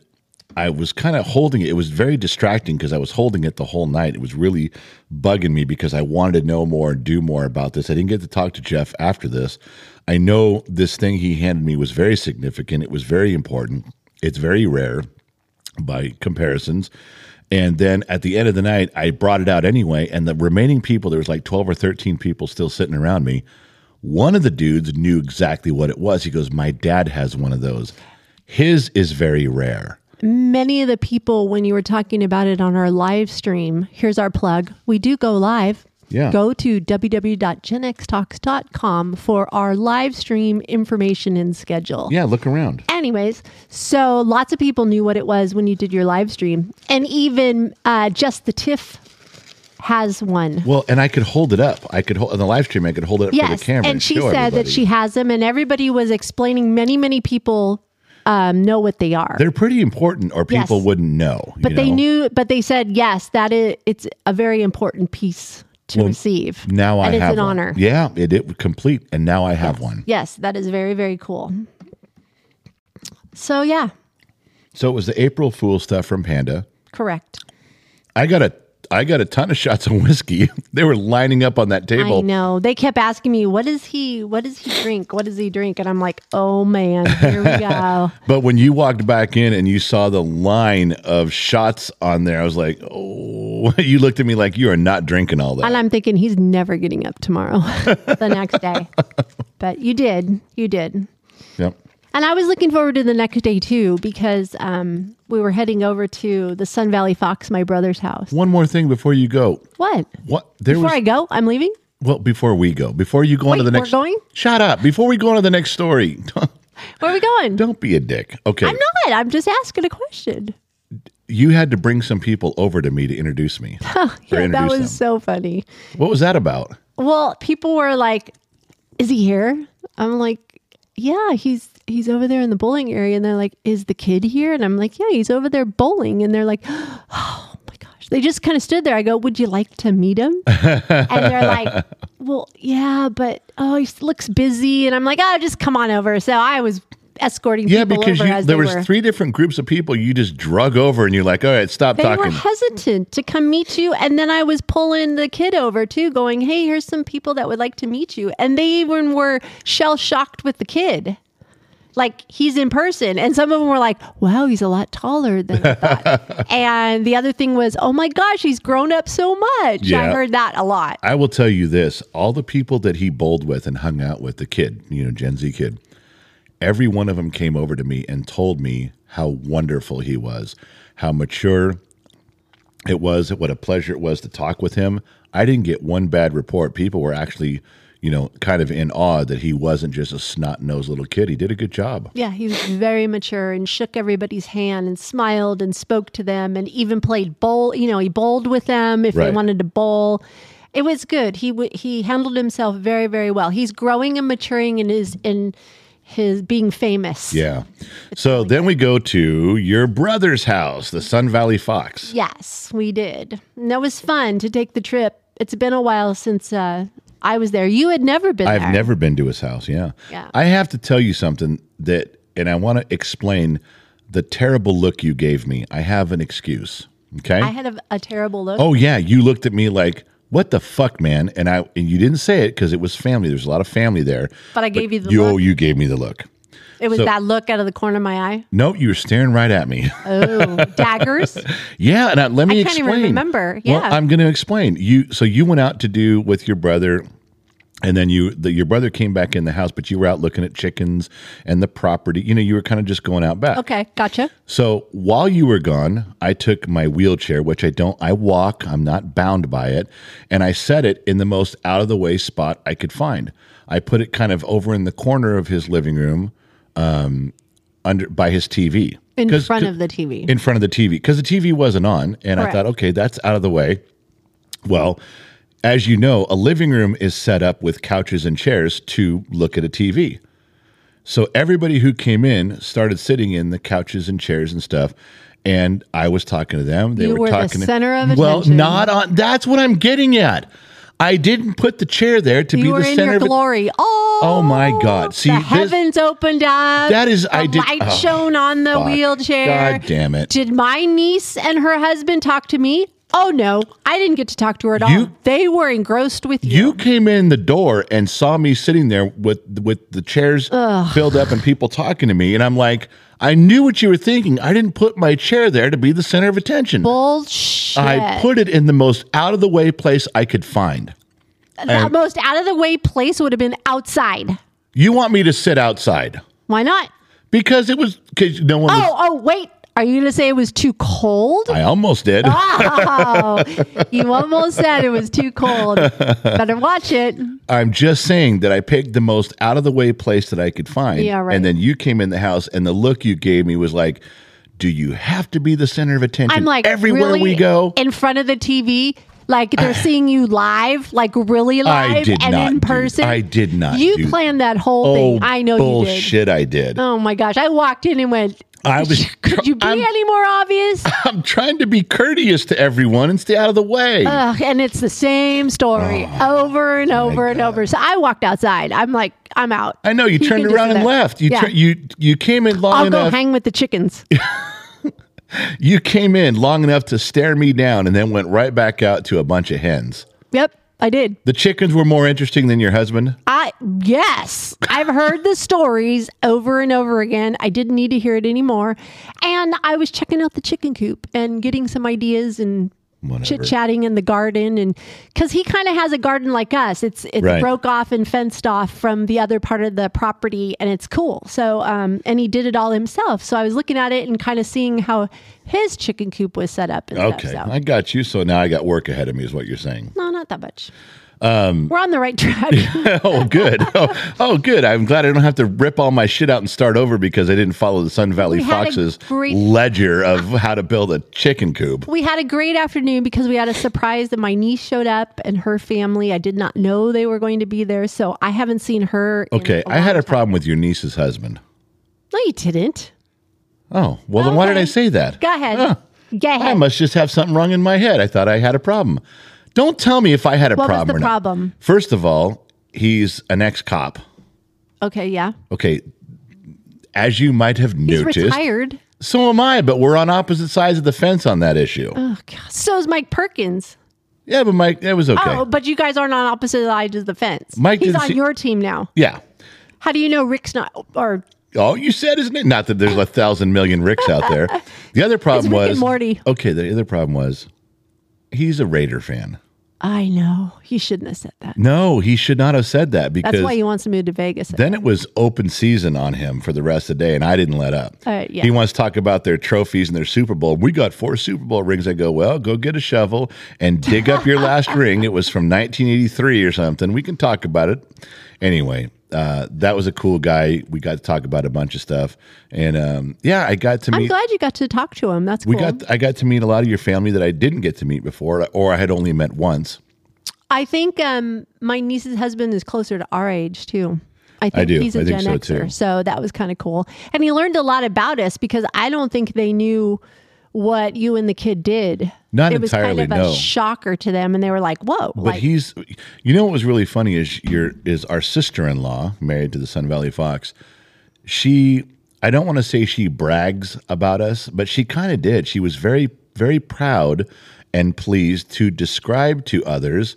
Speaker 1: I was kind of holding it. It was very distracting because I was holding it the whole night. It was really bugging me because I wanted to know more, do more about this. I didn't get to talk to Jeff after this. I know this thing he handed me was very significant. It was very important. It's very rare by comparisons. And then at the end of the night, I brought it out anyway. And the remaining people, there was like 12 or 13 people still sitting around me. One of the dudes knew exactly what it was. He goes, My dad has one of those. His is very rare.
Speaker 3: Many of the people, when you were talking about it on our live stream, here's our plug. We do go live.
Speaker 1: Yeah.
Speaker 3: Go to www.genxtalks.com for our live stream information and schedule.
Speaker 1: Yeah, look around.
Speaker 3: Anyways, so lots of people knew what it was when you did your live stream. And even uh, just the TIFF has one.
Speaker 1: Well, and I could hold it up. I could hold in the live stream. I could hold it up for the camera.
Speaker 3: and she
Speaker 1: show
Speaker 3: said that
Speaker 1: everybody.
Speaker 3: she has them, and everybody was explaining. Many, many people um, know what they are,
Speaker 1: They're pretty important, or people
Speaker 3: Yes.
Speaker 1: wouldn't know.
Speaker 3: but
Speaker 1: you
Speaker 3: they
Speaker 1: know?
Speaker 3: knew. But they said yes, that is, it's a very important piece to receive.
Speaker 1: Now I have
Speaker 3: and it's an
Speaker 1: one.
Speaker 3: honor.
Speaker 1: Yeah, it it would complete, and now I have one.
Speaker 3: Yes, that is very, very cool. So yeah,
Speaker 1: So it was the April Fool stuff from Panda.
Speaker 3: correct.
Speaker 1: I got a I got a ton of shots of whiskey. (laughs) they were lining up on that
Speaker 3: I
Speaker 1: table.
Speaker 3: know they kept asking me, "What is he? What does he drink? What does he drink?" And I'm like, "Oh man, here
Speaker 1: (laughs)
Speaker 3: we go."
Speaker 1: But when you walked back in and you saw the line of shots on there, I was like, "Oh!" (laughs) You looked at me like you are not drinking all that.
Speaker 3: And I'm thinking he's never getting up tomorrow, (laughs) the next day. But you did, you did.
Speaker 1: yep.
Speaker 3: And I was looking forward to the next day too because um, we were heading over to the Sun Valley Fox, my brother's house.
Speaker 1: One more thing before you go.
Speaker 3: What?
Speaker 1: What there
Speaker 3: Before
Speaker 1: was
Speaker 3: I go, I'm leaving.
Speaker 1: well before we go before you go on to
Speaker 3: Wait,
Speaker 1: the
Speaker 3: we're
Speaker 1: next.
Speaker 3: going?
Speaker 1: Shut up! Before we go on to the next story, (laughs)
Speaker 3: Where are we going?
Speaker 1: don't be a dick. Okay,
Speaker 3: I'm not. I'm just asking a question.
Speaker 1: you had to bring some people over to me to introduce
Speaker 3: (laughs)
Speaker 1: me.
Speaker 3: Oh, Yeah, that
Speaker 1: introduce
Speaker 3: was
Speaker 1: them.
Speaker 3: so funny.
Speaker 1: what was that about?
Speaker 3: Well, people were like, "Is he here?" I'm like, "Yeah, he's he's over there in the bowling area." And they're like, "Is the kid here?" And I'm like, "Yeah, he's over there bowling." And they're like, (gasps) "Oh my gosh!" They just kind of stood there. I go, "Would you like to
Speaker 1: (laughs)
Speaker 3: meet him?" and they're like, "Well, yeah, but oh, he looks busy." And I'm like, "Oh, just come on over." So I was escorting
Speaker 1: Yeah,
Speaker 3: people
Speaker 1: because
Speaker 3: over
Speaker 1: you,
Speaker 3: as
Speaker 1: there
Speaker 3: they
Speaker 1: was
Speaker 3: were.
Speaker 1: three different groups of people you just drug over, and you're like, "All right, stop
Speaker 3: they were
Speaker 1: talking."
Speaker 3: hesitant to come meet you and then i was pulling the kid over too going hey here's some people that would like to meet you and they even were shell shocked with the kid like he's in person and some of them were like wow he's a lot taller than
Speaker 1: (laughs)
Speaker 3: i thought and the other thing was oh my gosh he's grown up so much i
Speaker 1: Yeah.
Speaker 3: heard that a lot
Speaker 1: I will tell you this: all the people that he bowled with and hung out with, the kid, you know, Gen Z kid, every one of them came over to me and told me how wonderful he was, how mature it was, what a pleasure it was to talk with him. I didn't get one bad report. People were actually, you know, kind of in awe that he wasn't just a snot nosed little kid. He did a good job.
Speaker 3: yeah he was very mature and shook everybody's hand and smiled and spoke to them and even played bowl you know he bowled with them if they
Speaker 1: Right.
Speaker 3: wanted to bowl it was good he w- he handled himself very very well he's growing and maturing in his in his being famous
Speaker 1: Yeah. So then we go to your brother's house, the Sun Valley Fox.
Speaker 3: yes we did and that was fun to take the trip it's been a while since uh i was there you had never been
Speaker 1: I've
Speaker 3: there
Speaker 1: never been to his house. Yeah.
Speaker 3: Yeah.
Speaker 1: I have to tell you something that, and I want to explain the terrible look you gave me. I have an excuse. Okay.
Speaker 3: i had a, a terrible look
Speaker 1: oh yeah, you looked at me like, "What the fuck, man?" And I and you didn't say it because it was family. There's a lot of family there.
Speaker 3: but i gave you the
Speaker 1: you oh,
Speaker 3: look
Speaker 1: you gave me the look.
Speaker 3: it was
Speaker 1: so-
Speaker 3: that look out of the corner of my
Speaker 1: (laughs)
Speaker 3: eye
Speaker 1: No, you were staring right at me. (laughs)
Speaker 3: oh daggers
Speaker 1: yeah, and I, let me
Speaker 3: can't even
Speaker 1: explain.
Speaker 3: remember, yeah.
Speaker 1: Well, I'm going to explain. You so you went out to do with your brother and then you the, your brother came back in the house, but you were out looking at chickens and the property. You know, you were kind of just going out back.
Speaker 3: okay gotcha
Speaker 1: So while you were gone, I took my wheelchair, which I don't, I walk, I'm not bound by it, and I set it in the most out of the way spot I could find. I put it kind of over in the corner of his living room, um, under by his TV.
Speaker 3: in
Speaker 1: 'Cause-
Speaker 3: front of the TV.
Speaker 1: in front of the TV because the TV wasn't on. And I
Speaker 3: Correct.
Speaker 1: thought, okay, that's out of the way. Well, as you know, a living room is set up with couches and chairs to look at a TV. So everybody who came in started sitting in the couches and chairs and stuff. And I was talking to them. They
Speaker 3: You were the
Speaker 1: talking to-
Speaker 3: center of
Speaker 1: Well,
Speaker 3: attention.
Speaker 1: not on. That's what I'm getting at. I didn't put the chair there to be
Speaker 3: you were
Speaker 1: the
Speaker 3: in
Speaker 1: center
Speaker 3: your
Speaker 1: of it.
Speaker 3: glory. Oh,
Speaker 1: Oh, my God. See,
Speaker 3: the
Speaker 1: this-
Speaker 3: heavens opened up.
Speaker 1: That is-
Speaker 3: the
Speaker 1: I did-
Speaker 3: light
Speaker 1: oh,
Speaker 3: shone on the
Speaker 1: fuck.
Speaker 3: wheelchair.
Speaker 1: God damn it.
Speaker 3: Did my niece and her husband talk to me? Oh no, I didn't get to talk to her at all.
Speaker 1: You-
Speaker 3: They were engrossed with you.
Speaker 1: You came in the door and saw me sitting there with with the chairs filled up and people talking to me, and I'm like, I knew what you were thinking. I didn't put my chair there to be the center of attention.
Speaker 3: Bullshit.
Speaker 1: I put it in the most out of the way place I could find.
Speaker 3: the most out of the way place would have been outside.
Speaker 1: You want me to sit outside
Speaker 3: Why not?
Speaker 1: because it was because no one.
Speaker 3: Oh,
Speaker 1: Was,
Speaker 3: oh, wait. Are you going to say it was too cold?
Speaker 1: I almost did.
Speaker 3: Oh, you almost said it was
Speaker 1: (laughs)
Speaker 3: too cold. Better watch it.
Speaker 1: I'm just saying that I picked the most out of the way place that I could find.
Speaker 3: Yeah, right.
Speaker 1: And then you came in the house, and the look you gave me was like, "Do you have to be the center of attention?"
Speaker 3: I'm like,
Speaker 1: everywhere
Speaker 3: really?
Speaker 1: we go.
Speaker 3: in front of the TV, like
Speaker 1: (sighs)
Speaker 3: they're seeing you live, like really live
Speaker 1: did
Speaker 3: and
Speaker 1: not
Speaker 3: in
Speaker 1: do-
Speaker 3: person.
Speaker 1: I did not
Speaker 3: You
Speaker 1: do-
Speaker 3: planned that whole
Speaker 1: Oh,
Speaker 3: thing. I know you did.
Speaker 1: bullshit! I did.
Speaker 3: Oh my gosh! I walked in and went.
Speaker 1: I was-
Speaker 3: Could you be
Speaker 1: I'm-
Speaker 3: any more
Speaker 1: (sighs)
Speaker 3: obvious?
Speaker 1: I'm trying to be courteous to everyone and stay out of the way.
Speaker 3: Ugh, and it's the same story
Speaker 1: Oh
Speaker 3: over and over and over. So I walked outside. I'm like, I'm out.
Speaker 1: I know you,
Speaker 3: can
Speaker 1: turned
Speaker 3: just
Speaker 1: around
Speaker 3: sit
Speaker 1: and
Speaker 3: there.
Speaker 1: left. You
Speaker 3: Yeah.
Speaker 1: tur- you you came in long
Speaker 3: I'll go
Speaker 1: enough.
Speaker 3: hang with
Speaker 1: (laughs)
Speaker 3: the chickens.
Speaker 1: you came in long enough to stare me down, and then went right back out to a bunch of hens.
Speaker 3: yep, I did.
Speaker 1: The chickens were more interesting than your husband.
Speaker 3: I yes, I've heard the stories over and over again. I didn't need to hear it anymore. And I was checking out the chicken coop and getting some ideas and chit chatting in the garden and because he kind of has a garden like us. It's it's
Speaker 1: Right.
Speaker 3: broke off and fenced off from the other part of the property and it's cool. So um and he did it all himself. So I was looking at it and kind of seeing how his chicken coop was set up and
Speaker 1: Okay,
Speaker 3: stuff. So.
Speaker 1: I got you. So now I got work ahead of me, is what you're saying. (laughs)
Speaker 3: no, not that much.
Speaker 1: Um,
Speaker 3: We're on the right (laughs) track.
Speaker 1: oh,
Speaker 3: (laughs)
Speaker 1: good. Oh, oh, good. I'm glad I don't have to rip all my shit out and start over because I didn't follow the Sun Valley
Speaker 3: We had a
Speaker 1: Fox's
Speaker 3: great-
Speaker 1: ledger of how to build a chicken coop.
Speaker 3: we had a great afternoon because we had a surprise that my niece showed up and her family. I did not know they were going to be there, so I haven't seen her. in
Speaker 1: Okay,
Speaker 3: a
Speaker 1: I had
Speaker 3: long-
Speaker 1: a problem with your niece's husband.
Speaker 3: No, you didn't.
Speaker 1: Oh, well, then why did I
Speaker 3: Okay.
Speaker 1: say that?
Speaker 3: Go ahead.
Speaker 1: Huh.
Speaker 3: Go
Speaker 1: I
Speaker 3: ahead.
Speaker 1: must just have something wrong in my head. I thought I had a problem. Don't tell me if I had a
Speaker 3: What was
Speaker 1: problem.
Speaker 3: the
Speaker 1: or not.
Speaker 3: problem?
Speaker 1: First of all, he's an ex cop.
Speaker 3: okay, yeah.
Speaker 1: Okay. As you might have
Speaker 3: He's
Speaker 1: noticed,
Speaker 3: retired.
Speaker 1: so am I, but we're on opposite sides of the fence on that issue.
Speaker 3: Oh, God. So is Mike Perkins.
Speaker 1: yeah, but Mike, that was okay.
Speaker 3: Oh, but you guys aren't on opposite sides of the fence.
Speaker 1: Mike
Speaker 3: He's
Speaker 1: didn't
Speaker 3: on
Speaker 1: see-
Speaker 3: your team now.
Speaker 1: Yeah.
Speaker 3: How do you know Rick's not? Or
Speaker 1: All you said is Not that there's a thousand million Ricks out
Speaker 3: (laughs)
Speaker 1: there. The other problem
Speaker 3: Rick
Speaker 1: was
Speaker 3: and Morty.
Speaker 1: Okay, the other problem was he's a Raider fan.
Speaker 3: I know he shouldn't have said that.
Speaker 1: No, he should not have said that because
Speaker 3: That's why he wants to move to Vegas.
Speaker 1: then it was open season on him for the rest of the day, and I didn't let up.
Speaker 3: Uh, yeah.
Speaker 1: He wants to talk about their trophies and their Super Bowl. We got four Super Bowl rings. I go, well, go get a shovel and dig up your
Speaker 3: (laughs)
Speaker 1: last ring. It was from 1983 or something. We can talk about it. Anyway, uh, that was a cool guy. We got to talk about a bunch of stuff, and um, yeah, I got to
Speaker 3: I'm
Speaker 1: meet.
Speaker 3: glad you got to talk to him. That's cool.
Speaker 1: We got I got to meet a lot of your family that I didn't get to meet before, or I had only met once.
Speaker 3: I think um, my niece's husband is closer to our age too. I think
Speaker 1: do.
Speaker 3: he's a
Speaker 1: I think
Speaker 3: Gen
Speaker 1: so,
Speaker 3: Xer,
Speaker 1: too.
Speaker 3: so that was kind of cool. And he learned a lot about us because I don't think they knew what you and the kid did.
Speaker 1: Not
Speaker 3: it was
Speaker 1: entirely,
Speaker 3: kind of
Speaker 1: no.
Speaker 3: a shocker to them, and they were like, "Whoa!"
Speaker 1: But
Speaker 3: like,
Speaker 1: he's, you know, what was really funny is your is our sister in law married to the Sun Valley Fox. She, I don't want to say she brags about us, but she kind of did. She was very, very proud and pleased to describe to others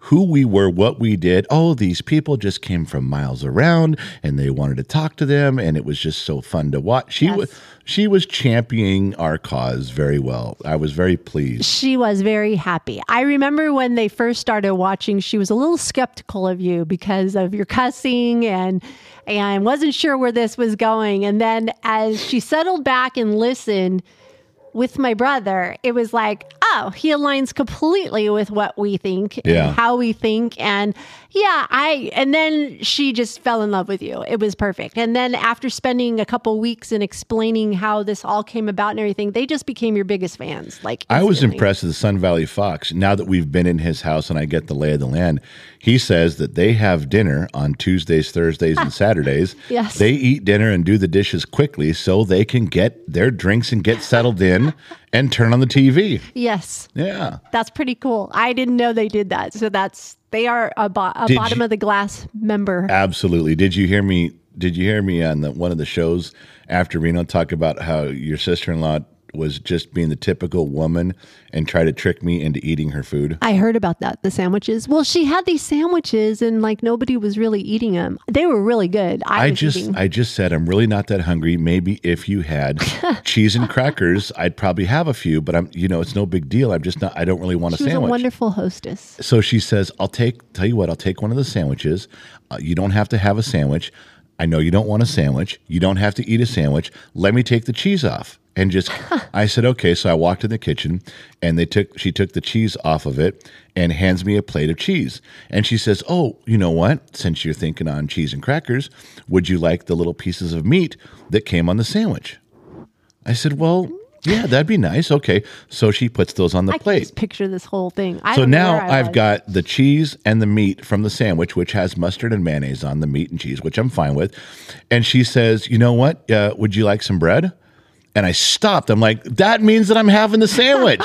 Speaker 1: who we were, what we did. Oh, these people just came from miles around, and they wanted to talk to them, and it was just so fun to watch. She was, she was championing our cause very well. I was very pleased.
Speaker 3: she was very happy. I remember when they first started watching, she was a little skeptical of you because of your cussing and and wasn't sure where this was going. And then as she settled back and listened with my brother, it was like, oh, he aligns completely with what we think
Speaker 1: Yeah.
Speaker 3: and how we think. And yeah, I and then she just fell in love with you. It was perfect. And then after spending a couple weeks and explaining how this all came about and everything, they just became your biggest fans. Like
Speaker 1: I was
Speaker 3: instantly.
Speaker 1: impressed with the Sun Valley Fox. Now that we've been in his house and I get the lay of the land, he says that they have dinner on Tuesdays, Thursdays, and Saturdays.
Speaker 3: Yes.
Speaker 1: They eat dinner and do the dishes quickly so they can get their drinks and get settled in and turn on the TV.
Speaker 3: Yes, Yes.
Speaker 1: Yeah.
Speaker 3: That's pretty cool. I didn't know they did that. So that's they are a, bo- a
Speaker 1: Did
Speaker 3: bottom
Speaker 1: you-
Speaker 3: of the glass member.
Speaker 1: Absolutely. Did you hear me? Did you hear me on the, one of the shows after Reno talk about how your sister in law was just being the typical woman and try to trick me into eating her food?
Speaker 3: I heard about that, the sandwiches. Well, she had these sandwiches and like nobody was really eating them. They were really good. I,
Speaker 1: I
Speaker 3: was
Speaker 1: just
Speaker 3: eating.
Speaker 1: I just said I'm really not that hungry. Maybe if you
Speaker 3: (laughs)
Speaker 1: had cheese and crackers, I'd probably have a few, but I'm you know, it's no big deal. I'm just not I don't really want a
Speaker 3: she was a
Speaker 1: sandwich.
Speaker 3: wonderful hostess.
Speaker 1: so she says, "I'll take tell you what, I'll take one of the sandwiches. Uh, you don't have to have a sandwich. I know you don't want a sandwich. You don't have to eat a sandwich. Let me take the cheese off." And just I said, "Okay." So I walked in the kitchen and they took she took the cheese off of it and hands me a plate of cheese. And she says, "Oh, you know what? Since you're thinking on cheese and crackers, would you like the little pieces of meat that came on the sandwich?" I said, "Well, yeah, that'd be nice. Okay." So she puts those on the
Speaker 3: I can
Speaker 1: plate.
Speaker 3: just picture this whole thing. I
Speaker 1: So
Speaker 3: don't know
Speaker 1: now
Speaker 3: where I
Speaker 1: I've
Speaker 3: was.
Speaker 1: got the cheese and the meat from the sandwich, which has mustard and mayonnaise on the meat and cheese, which I'm fine with. And she says, "You know what? Uh, would you like some bread?" And I stopped. I'm like, "That means that I'm having the
Speaker 3: (laughs)
Speaker 1: sandwich."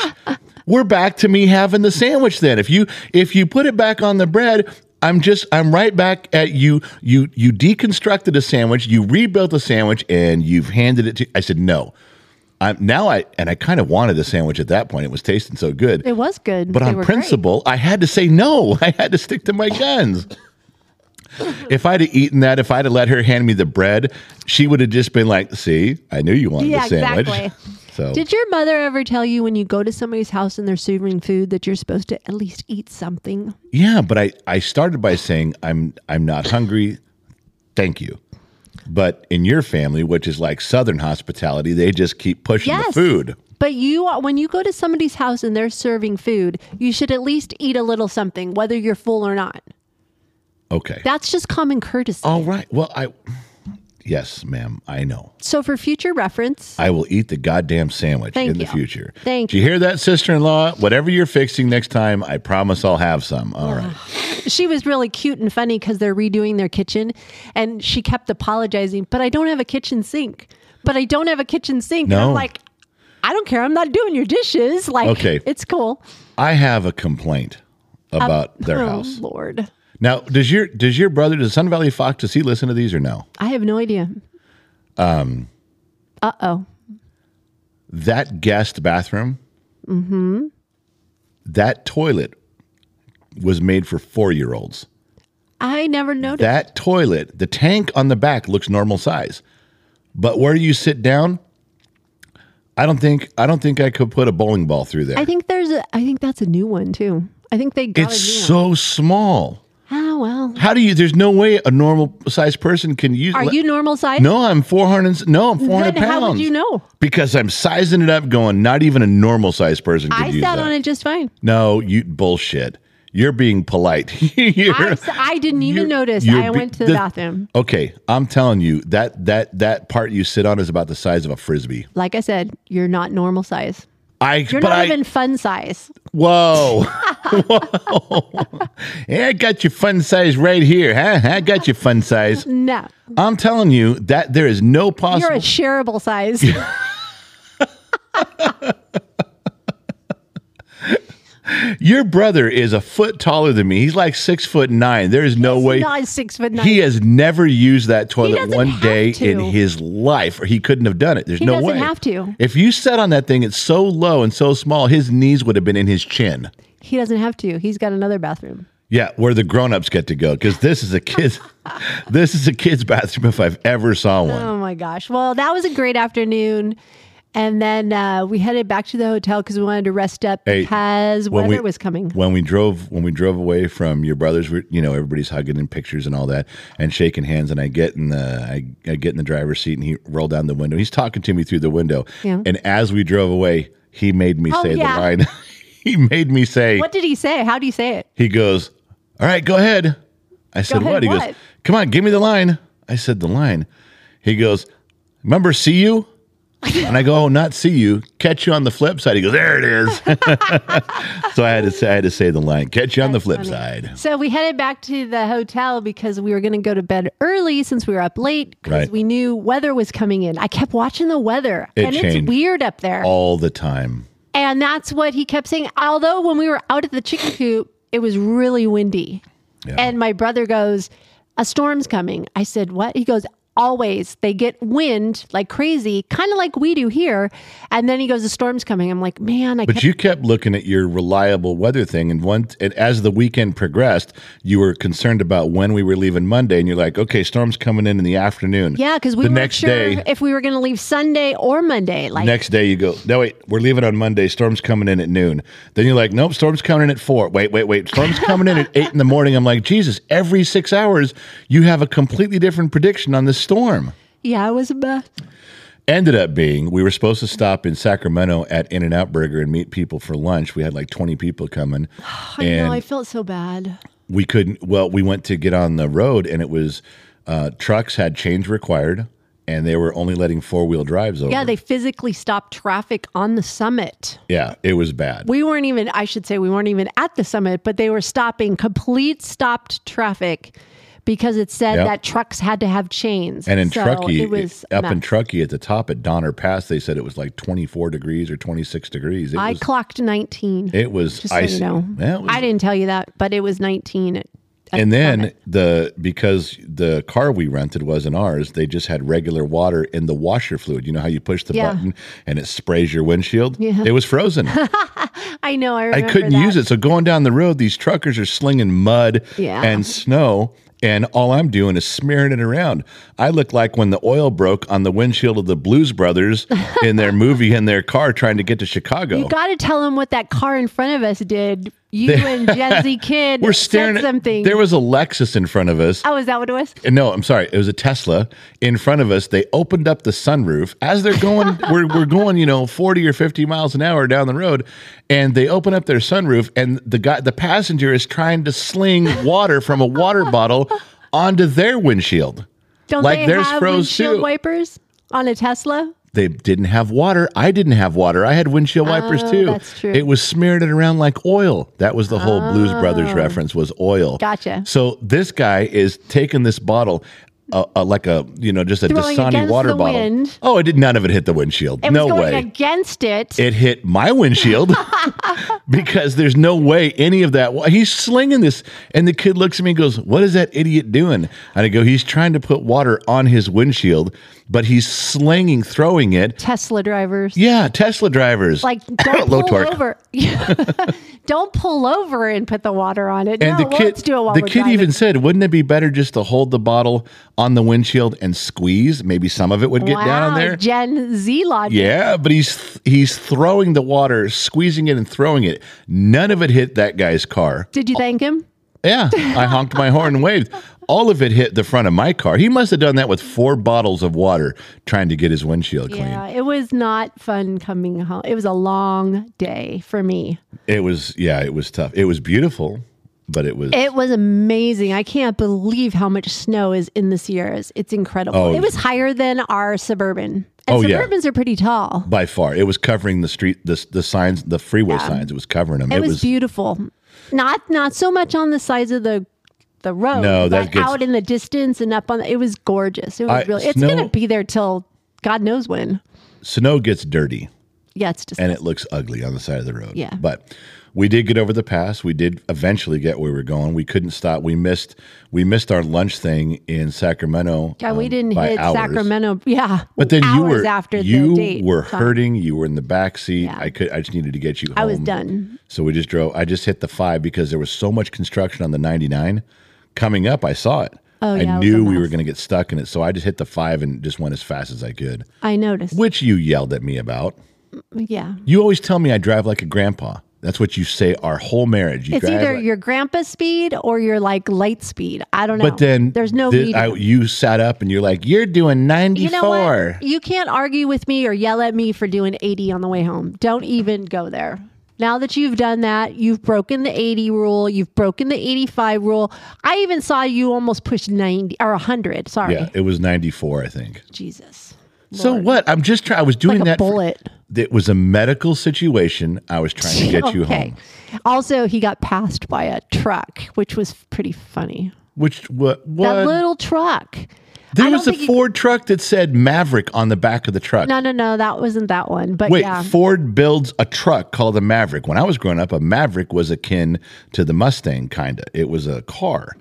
Speaker 1: We're back to me having the sandwich. Then, if you if you put it back on the bread. I'm just I'm right back at you. You you deconstructed a sandwich, you rebuilt a sandwich, and you've handed it to I said, no. I'm now I and I kind of wanted the sandwich at that point. It was tasting so good.
Speaker 3: It was good.
Speaker 1: But
Speaker 3: They
Speaker 1: on
Speaker 3: were great.
Speaker 1: principle, I had to say no. (laughs) I had to stick to my guns. if I'd have eaten that, if I'd have let her hand me the bread, she would have just been like, "See, I knew you wanted
Speaker 3: Yeah,
Speaker 1: the sandwich."
Speaker 3: exactly.
Speaker 1: (laughs) So
Speaker 3: Did your mother ever tell you when you go to somebody's house and they're serving food that you're supposed to at least eat something?
Speaker 1: yeah, but I I started by saying I'm I'm not hungry. Thank you. But in your family, which is like Southern hospitality, they just keep pushing the
Speaker 3: Yes.
Speaker 1: food.
Speaker 3: But you, when you go to somebody's house and they're serving food, you should at least eat a little something, whether you're full or not.
Speaker 1: Okay.
Speaker 3: That's just common courtesy.
Speaker 1: All right. Well, I yes, ma'am. I know.
Speaker 3: So, for future reference,
Speaker 1: I will eat the goddamn sandwich
Speaker 3: Thank
Speaker 1: in the
Speaker 3: you.
Speaker 1: future.
Speaker 3: Thank
Speaker 1: Do you hear that, sister in law? Whatever you're fixing next time, I promise I'll have some. All right.
Speaker 3: she was really cute and funny because they're redoing their kitchen, and she kept apologizing. But I don't have a kitchen sink. But I don't have a kitchen sink. And
Speaker 1: No.
Speaker 3: I'm like, I don't care. I'm not doing your dishes. Like,
Speaker 1: Okay.
Speaker 3: it's cool. Um,
Speaker 1: I have a complaint about their house.
Speaker 3: Oh Lord,
Speaker 1: Now, does your does your brother, does Sun Valley Fox, does he listen to these or no?
Speaker 3: I have no idea. Um.
Speaker 1: Um.
Speaker 3: Uh oh.
Speaker 1: That guest bathroom, mm-hmm. that toilet was made for four year olds.
Speaker 3: I never noticed.
Speaker 1: That toilet, the tank on the back looks normal size. But where you sit down, I don't think I don't think I could put a bowling ball through there.
Speaker 3: I think there's a. I think that's a new one too. I think they got
Speaker 1: It's
Speaker 3: a new
Speaker 1: so
Speaker 3: one.
Speaker 1: small.
Speaker 3: Ah well.
Speaker 1: How do you? There's no way a normal sized person can use.
Speaker 3: Are
Speaker 1: le-
Speaker 3: you normal size?
Speaker 1: No, I'm 400. and s- No, I'm 400
Speaker 3: Then
Speaker 1: pounds.
Speaker 3: how would you know?
Speaker 1: Because I'm sizing it up, going. Not even a normal sized person could
Speaker 3: I
Speaker 1: use
Speaker 3: sat
Speaker 1: that.
Speaker 3: on it just fine.
Speaker 1: No, you bullshit. You're being polite. (laughs) You're-
Speaker 3: I, s- I didn't even
Speaker 1: you're-
Speaker 3: notice.
Speaker 1: you're
Speaker 3: I
Speaker 1: be-
Speaker 3: went to the, bathroom.
Speaker 1: Okay, I'm telling you that that that part you sit on is about the size of a frisbee.
Speaker 3: Like I said, you're not normal size.
Speaker 1: I
Speaker 3: You're
Speaker 1: but
Speaker 3: not
Speaker 1: I,
Speaker 3: even fun size.
Speaker 1: Whoa. (laughs) Whoa. Hey, I got your fun size right here, huh? I got your fun size.
Speaker 3: No,
Speaker 1: I'm telling you that there is no
Speaker 3: you're a
Speaker 1: possible.
Speaker 3: shareable size.
Speaker 1: (laughs) Your brother is a foot taller than me. He's like six foot nine. There is no way.
Speaker 3: not six foot nine.
Speaker 1: He has never used that toilet
Speaker 3: doesn't
Speaker 1: one
Speaker 3: have
Speaker 1: day in
Speaker 3: to.
Speaker 1: his life, or he couldn't have done it. There's
Speaker 3: He
Speaker 1: no
Speaker 3: doesn't
Speaker 1: way.
Speaker 3: have to.
Speaker 1: If you sat on that thing, it's so low and so small, his knees would have been in his chin.
Speaker 3: he doesn't have to. He's got another bathroom.
Speaker 1: Yeah, where the grown-ups get to go because this is a kids, (laughs) this is a kids' bathroom if I've ever saw one.
Speaker 3: Oh my gosh. Well, that was a great afternoon. And then uh, we headed back to the hotel because we wanted to rest up
Speaker 1: Hey,
Speaker 3: because
Speaker 1: when
Speaker 3: weather
Speaker 1: we-
Speaker 3: was coming.
Speaker 1: When we drove, when we drove away from your brothers, we you know everybody's hugging and pictures and all that, and shaking hands. And I get in the, I, I get in the driver's seat, and he rolled down the window. He's talking to me through the window,
Speaker 3: Yeah.
Speaker 1: and as we drove away, he made me
Speaker 3: Oh,
Speaker 1: say
Speaker 3: yeah.
Speaker 1: the line. (laughs) he made me say.
Speaker 3: What did he say? How do you say it?
Speaker 1: He goes, "All right, go ahead." I said,
Speaker 3: ahead,
Speaker 1: "What?" He
Speaker 3: what?
Speaker 1: goes, "Come on, give me the line." I said, "The line." He goes, "Remember, see
Speaker 3: (laughs)
Speaker 1: you." and I go, oh, "Not see you, catch you on the flip side." He goes, "There it
Speaker 3: (laughs)
Speaker 1: is." so I had to say, I had to say the line, "Catch you on the flip side."
Speaker 3: So we headed back to the hotel because we were going to go to bed early since we were up late because
Speaker 1: Right.
Speaker 3: we knew weather was coming in. I kept watching the weather,
Speaker 1: It
Speaker 3: and
Speaker 1: changed.
Speaker 3: it's weird up there.
Speaker 1: All the time,
Speaker 3: And that's what he kept saying. Although when we were out at the chicken coop, it was really windy.
Speaker 1: Yeah.
Speaker 3: And my brother goes, A storm's coming. I said, What? He goes, Always. They get wind like crazy, kind of like we do here. And then he goes, The storm's coming. I'm like, Man, I
Speaker 1: But
Speaker 3: kept.
Speaker 1: you kept looking at your reliable weather thing, and once and as the weekend progressed, you were concerned about when we were leaving Monday, and you're like, "Okay, storm's coming in in the afternoon."
Speaker 3: yeah, because we
Speaker 1: the
Speaker 3: weren't
Speaker 1: next
Speaker 3: sure
Speaker 1: day,
Speaker 3: if we were going to leave Sunday or Monday. Like,
Speaker 1: next day you go, "No, wait, we're leaving on Monday. Storm's coming in at noon." Then you're like, "Nope, storm's coming in at four. Wait, wait, wait, storm's coming in at eight in the morning." I'm like, "Jesus!" Every six hours, you have a completely different prediction on the storm.
Speaker 3: yeah, it was a mess.
Speaker 1: ended up being we were supposed to stop in Sacramento at In and Out Burger and meet people for lunch. We had like 20 people coming.
Speaker 3: I know, I felt so bad.
Speaker 1: we couldn't well, we went to get on the road and it was uh, trucks had change required and they were only letting four wheel drives over.
Speaker 3: Yeah, they physically stopped traffic on the summit.
Speaker 1: yeah, it was bad.
Speaker 3: We weren't even, I should say, we weren't even at the summit, but they were stopping complete stopped traffic because it said
Speaker 1: Yep.
Speaker 3: that trucks had to have chains.
Speaker 1: and in
Speaker 3: So
Speaker 1: Truckee,
Speaker 3: it was
Speaker 1: up in
Speaker 3: mess.
Speaker 1: Truckee at the top at Donner Pass, they said it was like 24 degrees or 26 degrees. It
Speaker 3: I
Speaker 1: was,
Speaker 3: clocked 19.
Speaker 1: it was
Speaker 3: just
Speaker 1: icy.
Speaker 3: so you know.
Speaker 1: Yeah, it was
Speaker 3: I didn't tell you that, but it was 19. at- at
Speaker 1: and
Speaker 3: the
Speaker 1: then
Speaker 3: summit.
Speaker 1: the because the car we rented wasn't ours, they just had regular water in the washer fluid. You know how you push the
Speaker 3: Yeah.
Speaker 1: button and it sprays your windshield?
Speaker 3: Yeah.
Speaker 1: It was
Speaker 3: (laughs)
Speaker 1: frozen.
Speaker 3: I know, I
Speaker 1: I
Speaker 3: remember
Speaker 1: couldn't
Speaker 3: that.
Speaker 1: use it. So going down the road, these truckers are slinging mud
Speaker 3: Yeah.
Speaker 1: and snow, and all I'm doing is smearing it around. I look like when the oil broke on the windshield of the Blues
Speaker 3: (laughs)
Speaker 1: Brothers in their movie in their car trying to get to Chicago.
Speaker 3: You got to tell them what that car in front of us did. You
Speaker 1: (laughs)
Speaker 3: and Jesse Kidd
Speaker 1: We're staring
Speaker 3: said
Speaker 1: at
Speaker 3: something.
Speaker 1: There was a Lexus in front of us.
Speaker 3: oh, is that what it was?
Speaker 1: And no, I'm sorry. It was a Tesla in front of us. They opened up the sunroof as they're going. (laughs) we're, we're going, you know, 40 or 50 miles an hour down the road, and they open up their sunroof, and the guy, the passenger, is trying to sling water from a water bottle onto their windshield.
Speaker 3: Don't
Speaker 1: Like,
Speaker 3: they
Speaker 1: theirs
Speaker 3: have
Speaker 1: froze
Speaker 3: windshield
Speaker 1: too.
Speaker 3: wipers on a Tesla?
Speaker 1: They didn't have water. I didn't have water. I had windshield wipers too.
Speaker 3: Oh, that's true.
Speaker 1: It was smeared it around like oil. That was the whole Blues Brothers reference was oil.
Speaker 3: Oh. Gotcha.
Speaker 1: So this guy is taking this bottle. Uh, uh, like a you know just a
Speaker 3: Throwing
Speaker 1: Dasani
Speaker 3: against
Speaker 1: water
Speaker 3: the
Speaker 1: bottle.
Speaker 3: wind.
Speaker 1: Oh, it did none of it hit the windshield.
Speaker 3: It
Speaker 1: no
Speaker 3: was going
Speaker 1: way.
Speaker 3: against it.
Speaker 1: it hit my
Speaker 3: (laughs)
Speaker 1: windshield because there's no way any of that. wa- He's slinging this, and the kid looks at me and goes, "What is that idiot doing?" And I go, "He's trying to put water on his windshield, but he's slinging, throwing it,
Speaker 3: Tesla drivers.
Speaker 1: yeah, Tesla drivers. (laughs)
Speaker 3: Like don't
Speaker 1: Low
Speaker 3: pull
Speaker 1: torque.
Speaker 3: over. (laughs) don't pull over and put the water on it.
Speaker 1: and
Speaker 3: no,
Speaker 1: the
Speaker 3: well,
Speaker 1: kid,
Speaker 3: let's do it while
Speaker 1: the
Speaker 3: we're
Speaker 1: kid
Speaker 3: driving.
Speaker 1: even said, "Wouldn't it be better just to hold the bottle on the windshield and squeeze? Maybe some of it would get
Speaker 3: wow,
Speaker 1: down on there."
Speaker 3: Gen Z logic.
Speaker 1: yeah, but he's he's throwing the water, squeezing it and throwing it. None of it hit that guy's car.
Speaker 3: Did you thank him?
Speaker 1: Yeah, I honked my horn and waved. All of it hit the front of my car. He must have done that with four bottles of water trying to get his windshield clean.
Speaker 3: Yeah, it was not fun coming home. It was a long day for me.
Speaker 1: It was yeah, it was tough. It was beautiful, but it was
Speaker 3: It was amazing. I can't believe how much snow is in the Sierras. It's incredible.
Speaker 1: Oh.
Speaker 3: It was higher than our suburban. And
Speaker 1: Oh, yeah.
Speaker 3: suburbans are pretty tall.
Speaker 1: By far, it was covering the street, the the signs, the freeway signs. It was covering them.
Speaker 3: It, was, beautiful. Not not so much on the sides of the the road,
Speaker 1: No, that
Speaker 3: but
Speaker 1: gets-
Speaker 3: out in the distance and up on. The, it was gorgeous. It was
Speaker 1: I-
Speaker 3: really. It's
Speaker 1: snow-
Speaker 3: gonna be there till God knows when.
Speaker 1: snow gets dirty
Speaker 3: Yeah, it's just
Speaker 1: and it looks ugly on the side of the road.
Speaker 3: Yeah.
Speaker 1: but we did get over the pass. We did eventually get where we were going. We couldn't stop. We missed we missed our lunch thing in Sacramento.
Speaker 3: God, we
Speaker 1: um,
Speaker 3: didn't
Speaker 1: by
Speaker 3: hit
Speaker 1: hours.
Speaker 3: Sacramento. Yeah,
Speaker 1: But then you
Speaker 3: hours
Speaker 1: were
Speaker 3: after
Speaker 1: you
Speaker 3: the date.
Speaker 1: were
Speaker 3: So
Speaker 1: hurting. You were in the back seat.
Speaker 3: Yeah.
Speaker 1: I could. I just needed to get you home.
Speaker 3: I was done.
Speaker 1: So we just drove. I just hit the five because there was so much construction on the 99. Coming up, I saw it.
Speaker 3: Oh,
Speaker 1: I
Speaker 3: yeah, it was a
Speaker 1: knew we were
Speaker 3: mess.
Speaker 1: going to get stuck in it. So I just hit the five and just went as fast as I could,
Speaker 3: I noticed.
Speaker 1: which you yelled at me about.
Speaker 3: yeah,
Speaker 1: You always tell me I drive like a grandpa. That's what you say our whole marriage. You
Speaker 3: it's
Speaker 1: drive
Speaker 3: either
Speaker 1: like-
Speaker 3: your grandpa speed or your like light speed. I don't know.
Speaker 1: But then
Speaker 3: there's no
Speaker 1: thi-
Speaker 3: medium.
Speaker 1: I- E you sat up and you're like, you're doing 94.
Speaker 3: you know what? You can't argue with me or yell at me for doing 80 on the way home. Don't even go there. Now that you've done that, you've broken the 80 rule, you've broken the 85 rule. I even saw you almost push 90 or 100. Sorry.
Speaker 1: Yeah, it was 94, I think.
Speaker 3: Jesus.
Speaker 1: So what? I'm just trying. I was doing
Speaker 3: Like a
Speaker 1: that. for-
Speaker 3: bullet.
Speaker 1: it was a medical situation. I was trying to
Speaker 3: (laughs)
Speaker 1: get you home.
Speaker 3: Also, he got passed by a truck, which was pretty funny.
Speaker 1: Which what what?
Speaker 3: That little truck.
Speaker 1: There
Speaker 3: I
Speaker 1: was a
Speaker 3: don't think you-
Speaker 1: Ford truck that said Maverick on the back of the truck.
Speaker 3: No, no, no, that wasn't that one. But
Speaker 1: Wait,
Speaker 3: yeah,
Speaker 1: Ford builds a truck called a Maverick. When I was growing up, a Maverick was akin to the Mustang, kind of. It was a car.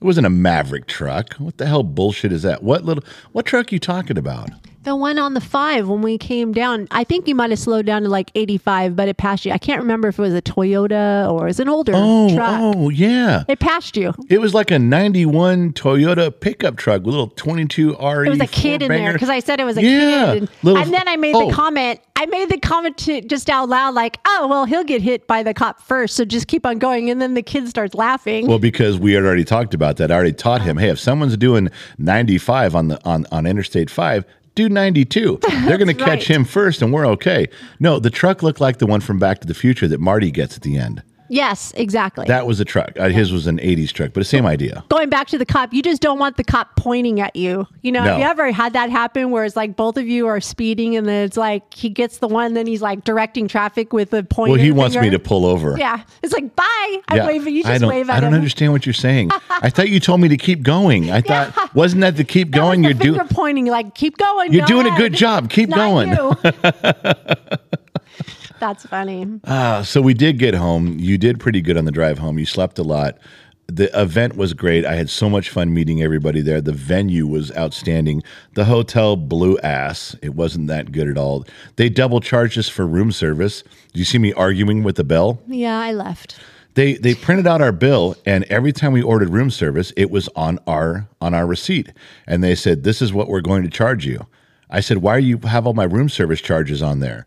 Speaker 1: It wasn't a Maverick truck. What the hell bullshit is that? What little what truck you talking about?
Speaker 3: the one on the five when we came down, I think you might have slowed down to like 85, but it passed you. I can't remember if it was a Toyota or it was an older
Speaker 1: Oh,
Speaker 3: truck.
Speaker 1: oh yeah.
Speaker 3: It passed you.
Speaker 1: It was like a '91 Toyota pickup truck with a little E 22 RE.
Speaker 3: There was a kid in there because I said it was a
Speaker 1: Yeah,
Speaker 3: kid. And,
Speaker 1: little-
Speaker 3: and then I made
Speaker 1: oh.
Speaker 3: the comment. I made the comment to, just out loud, like, "Oh, well, he'll get hit by the cop first, so just keep on going." And then the kid starts laughing.
Speaker 1: Well, because we had already talked about that. I already taught him, hey, if someone's doing 95 on the on, on Interstate 5, do
Speaker 3: (laughs)
Speaker 1: 92. They're going to catch
Speaker 3: right.
Speaker 1: him first and we're okay. No, the truck looked like the one from Back to the Future that Marty gets at the end.
Speaker 3: yes, exactly.
Speaker 1: That was a truck. Uh, His was an 80s truck, but the same idea.
Speaker 3: going back to the cop, you just don't want the cop pointing at you. You know,
Speaker 1: No.
Speaker 3: have you ever had that happen where it's like both of you are speeding and then it's like he gets the one, then he's like directing traffic with a point.
Speaker 1: Well, he wants me to pull over.
Speaker 3: Yeah, it's like bye. I
Speaker 1: Yeah,
Speaker 3: wave. You just
Speaker 1: I don't,
Speaker 3: wave at
Speaker 1: I don't
Speaker 3: him.
Speaker 1: understand what you're saying.
Speaker 3: (laughs)
Speaker 1: I thought you told me to keep going. I thought, wasn't that the keep
Speaker 3: That was
Speaker 1: going?
Speaker 3: the
Speaker 1: You're doing.
Speaker 3: finger pointing like keep going.
Speaker 1: You're
Speaker 3: go
Speaker 1: doing a
Speaker 3: ahead.
Speaker 1: good job. Keep
Speaker 3: Not
Speaker 1: going. (laughs)
Speaker 3: you. (laughs) That's funny.
Speaker 1: Uh, so we did get home. You did pretty good on the drive home. You slept a lot. The event was great. I had so much fun meeting everybody there. The venue was outstanding. The hotel blew ass. It wasn't that good at all. They double charged us for room service. Did you see me arguing with the bell?
Speaker 3: Yeah, I left.
Speaker 1: They they printed out our bill, and every time we ordered room service, it was on our on our receipt. And they said, "This is what we're going to charge you." I said, "Why do you have all my room service charges on there?"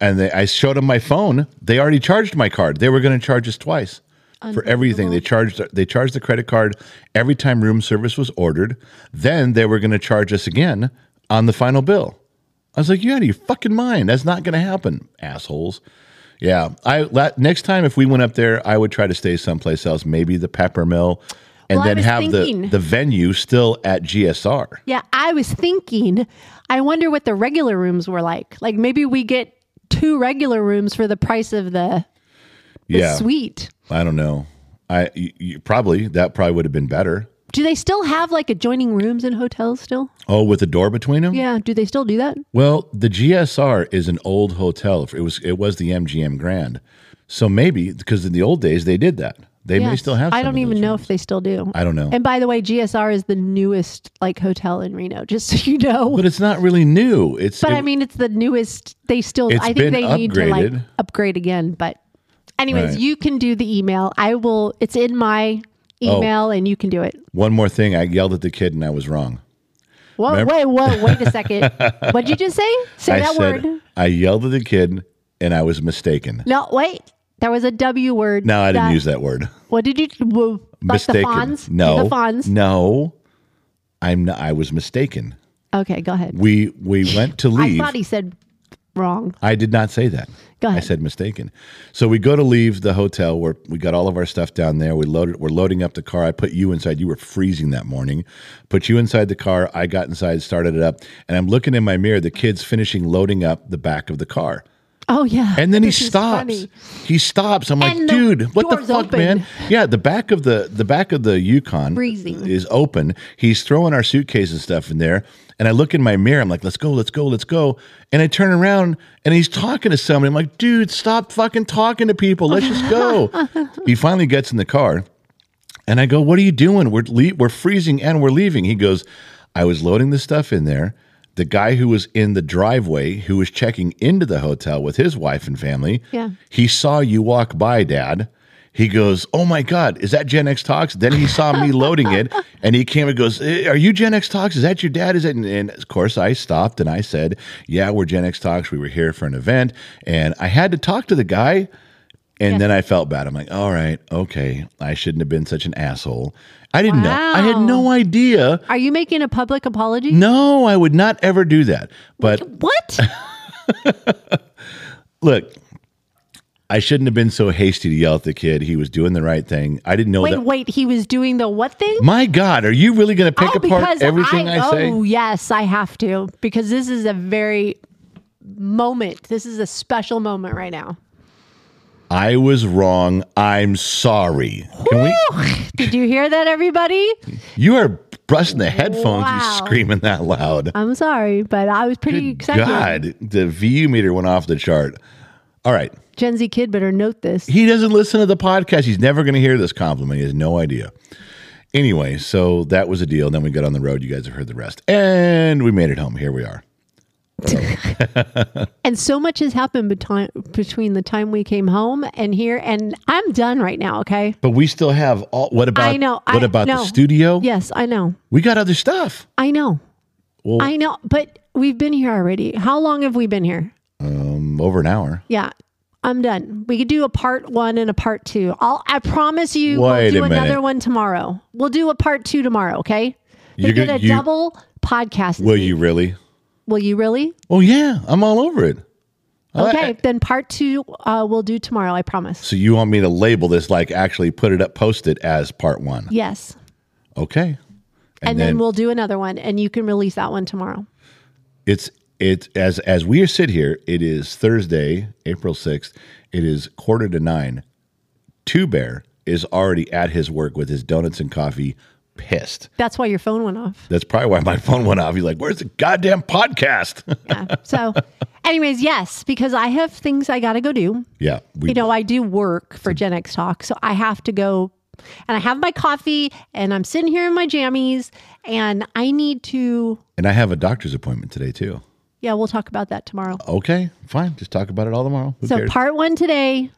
Speaker 1: And they, I showed them my phone. They already charged my card. They were going to charge us twice for everything. They charged they charged the credit card every time room service was ordered. Then they were going to charge us again on the final bill. I was like, "You out of your fucking mind? That's not going to happen, assholes." Yeah, I la- next time if we went up there, I would try to stay someplace else, maybe the Pepper Mill, and
Speaker 3: Well, I
Speaker 1: then
Speaker 3: was
Speaker 1: have the,
Speaker 3: thinking-
Speaker 1: the venue still at GSR.
Speaker 3: Yeah, I was thinking. I wonder what the regular rooms were like. Like maybe we get two regular rooms for the price of the, the
Speaker 1: yeah,
Speaker 3: suite.
Speaker 1: I don't know. I y- y- probably that probably would have been better.
Speaker 3: Do they still have like adjoining rooms in hotels still?
Speaker 1: Oh, with a door between them.
Speaker 3: Yeah. Do they still do that?
Speaker 1: Well, the GSR is an old hotel. It was it was the MGM Grand, so maybe because in the old days they did that. They may
Speaker 3: Yes.
Speaker 1: still have.
Speaker 3: I
Speaker 1: some
Speaker 3: don't
Speaker 1: of
Speaker 3: even
Speaker 1: those
Speaker 3: know
Speaker 1: rooms.
Speaker 3: if they still do.
Speaker 1: I don't know.
Speaker 3: And by the way, GSR is the newest like hotel in Reno, just so you know.
Speaker 1: But it's not really new. It's
Speaker 3: But
Speaker 1: it-
Speaker 3: I mean, it's the newest. They still,
Speaker 1: It's
Speaker 3: I
Speaker 1: been
Speaker 3: think they need to like
Speaker 1: upgraded.
Speaker 3: upgrade again. But, anyways,
Speaker 1: Right.
Speaker 3: you can do the email. I will, it's in my
Speaker 1: Oh.
Speaker 3: email and you can do it.
Speaker 1: one more thing. I yelled at the kid and I was wrong.
Speaker 3: Whoa,
Speaker 1: Remember-
Speaker 3: wait, whoa, wait
Speaker 1: (laughs)
Speaker 3: a second. What'd you just say? Say
Speaker 1: I
Speaker 3: that
Speaker 1: said
Speaker 3: word.
Speaker 1: I yelled at the kid and I was mistaken.
Speaker 3: No, wait. There was a W word.
Speaker 1: No, I didn't use that word.
Speaker 3: What did you, whoa, like
Speaker 1: mistaken.
Speaker 3: the Fonz?
Speaker 1: No.
Speaker 3: The Fonz.
Speaker 1: No. I'm not, I was mistaken.
Speaker 3: Okay, go ahead.
Speaker 1: We we went to
Speaker 3: I
Speaker 1: leave.
Speaker 3: thought he said wrong.
Speaker 1: I did not say that.
Speaker 3: Go
Speaker 1: I
Speaker 3: ahead.
Speaker 1: said mistaken. So we go to leave the hotel where we got all of our stuff down there. We loaded we're loading up the car. I put you inside. You were freezing that morning. Put you inside the car. I got inside, started it up, and I'm looking in my mirror. The kid's finishing loading up the back of the car.
Speaker 3: Oh, yeah.
Speaker 1: And then he
Speaker 3: This is
Speaker 1: stops.
Speaker 3: funny.
Speaker 1: He stops. I'm like,
Speaker 3: And the
Speaker 1: dude, what the
Speaker 3: door's
Speaker 1: fuck,
Speaker 3: open."
Speaker 1: man? Yeah, the back of the the back of the Yukon
Speaker 3: Freezing.
Speaker 1: is open. He's throwing our suitcase and stuff in there. And I look in my mirror. I'm like, let's go, let's go, let's go. And I turn around and he's talking to somebody. I'm like, dude, stop fucking talking to people. Let's just
Speaker 3: (laughs)
Speaker 1: go. he finally gets in the car. And I go, "What are you doing? We're le- we're freezing and we're leaving." He goes, "I was loading the stuff in there. The guy who was in the driveway, who was checking into the hotel with his wife and family,
Speaker 3: Yeah.
Speaker 1: he saw you walk by, Dad." He goes, "Oh my God, is that Gen X Talks?" Then he saw me loading it, and he came and goes, "Eh, "Are you Gen X Talks? Is that your dad? Is it?" And, and of course, I stopped and I said, "Yeah, we're Gen X Talks. We were here for an event, and I had to talk to the guy." And then I felt bad. I'm like, all right, okay. I shouldn't have been such an asshole. I didn't know. I had
Speaker 3: Wow.
Speaker 1: no idea.
Speaker 3: Are you making a public apology?
Speaker 1: No, I would not ever do that. But (laughs)
Speaker 3: What?
Speaker 1: look, I shouldn't have been so hasty to yell at the kid. He was doing the right thing. I didn't know
Speaker 3: wait,
Speaker 1: that.
Speaker 3: wait. He was doing the what thing?
Speaker 1: My God, are you really going to pick apart everything I, say?
Speaker 3: Oh, yes, I have to because this is a very moment. This is a special moment
Speaker 1: (sighs)
Speaker 3: right now.
Speaker 1: I was wrong. I'm sorry. Can we?
Speaker 3: Did you hear that, everybody?
Speaker 1: You are busting the headphones
Speaker 3: Wow.
Speaker 1: and screaming that loud.
Speaker 3: I'm sorry, but I was pretty excited.
Speaker 1: God, the VU meter went off the chart. All right.
Speaker 3: Gen Z kid better note this.
Speaker 1: He doesn't listen to the podcast. He's never going to hear this compliment. He has no idea. Anyway, so that was a deal. Then we got on the road. You guys have heard the rest. And we made it home. Here we are.
Speaker 3: And so much has happened between between the time we came home and here, and I'm done right now. Okay,
Speaker 1: But we still have all. What about
Speaker 3: I know.
Speaker 1: what
Speaker 3: I
Speaker 1: about
Speaker 3: know.
Speaker 1: the studio?
Speaker 3: Yes, I know.
Speaker 1: we got other stuff.
Speaker 3: I know.
Speaker 1: Well-
Speaker 3: I know, but we've been here already. How long have we been here?
Speaker 1: Um, over an hour.
Speaker 3: Yeah, I'm done. We could do a part one and a part two. I'll, I promise you,
Speaker 1: Wait
Speaker 3: we'll do
Speaker 1: a minute.
Speaker 3: another one tomorrow. We'll do a part two tomorrow. Okay, we
Speaker 1: You're
Speaker 3: did
Speaker 1: gonna-
Speaker 3: a
Speaker 1: you-
Speaker 3: double podcast. this
Speaker 1: Will
Speaker 3: week.
Speaker 1: you really?
Speaker 3: Will you really?
Speaker 1: Oh yeah, I'm all over it. I like-
Speaker 3: Okay, then part two uh, we'll do tomorrow. I promise.
Speaker 1: So you want me to label this like actually put it up, post it as part one?
Speaker 3: Yes,
Speaker 1: Okay.
Speaker 3: and, then, we'll do another one, and you can release that one tomorrow.
Speaker 1: it's it as as we sit here. It is Thursday, April sixth. It is quarter to nine. Two Bear is already at his work with his donuts and coffee, pissed.
Speaker 3: That's why your phone went off.
Speaker 1: That's probably why my (laughs) phone went off. He's like, "Where's the goddamn podcast?" (laughs)
Speaker 3: Yeah. So, anyways, yes, because I have things I got to go do.
Speaker 1: yeah, we
Speaker 3: You know, I do work for Gen X Talk, so I have to go and I have my coffee and I'm sitting here in my jammies and I need to.
Speaker 1: and I have a doctor's appointment today too.
Speaker 3: Yeah, we'll talk about that tomorrow.
Speaker 1: Okay, fine. Just talk about it all tomorrow. Oh, Who
Speaker 3: so,
Speaker 1: cares?
Speaker 3: part one today.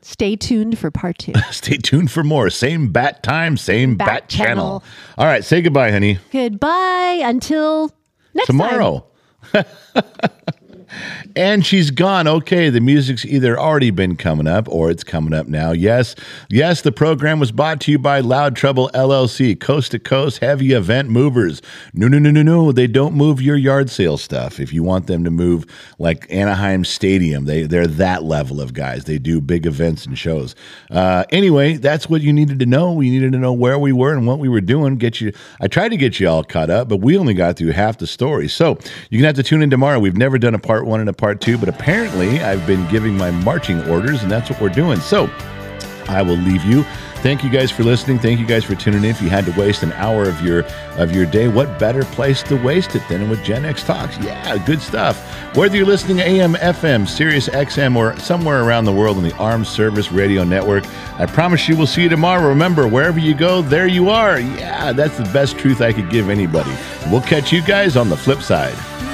Speaker 3: Stay tuned for part two.
Speaker 1: (laughs) Stay tuned for more. Same bat time, same bat,
Speaker 3: Bat
Speaker 1: channel.
Speaker 3: channel.
Speaker 1: All right, say goodbye, honey.
Speaker 3: Goodbye until next time.
Speaker 1: Tomorrow. (laughs) and she's gone. Okay, the music's either already been coming up or it's coming up now. Yes, yes, the program was brought to you by Loud Trouble LLC, coast to coast heavy event movers. No, no, no, no, no. They don't move your yard sale stuff. If you want them to move like Anaheim Stadium, they, they're that level of guys. They do big events and shows. Uh, anyway, that's what you needed to know. We needed to know where we were and what we were doing. Get you. I tried to get you all caught up, but we only got through half the story. So you're gonna have to tune in tomorrow. We've never done a part one and a part two, but apparently I've been giving my marching orders, and that's what we're doing. So I will leave you. Thank you guys for listening. Thank you guys for tuning in. If you had to waste an hour of your of your day, what better place to waste it than with Gen X Talks? Yeah, good stuff. Whether you're listening to AM, FM, Sirius XM, or somewhere around the world on the Armed Service Radio Network, I promise you we'll see you tomorrow. Remember, wherever you go, there you are. Yeah, that's the best truth I could give anybody. We'll catch you guys on the flip side.
Speaker 2: You're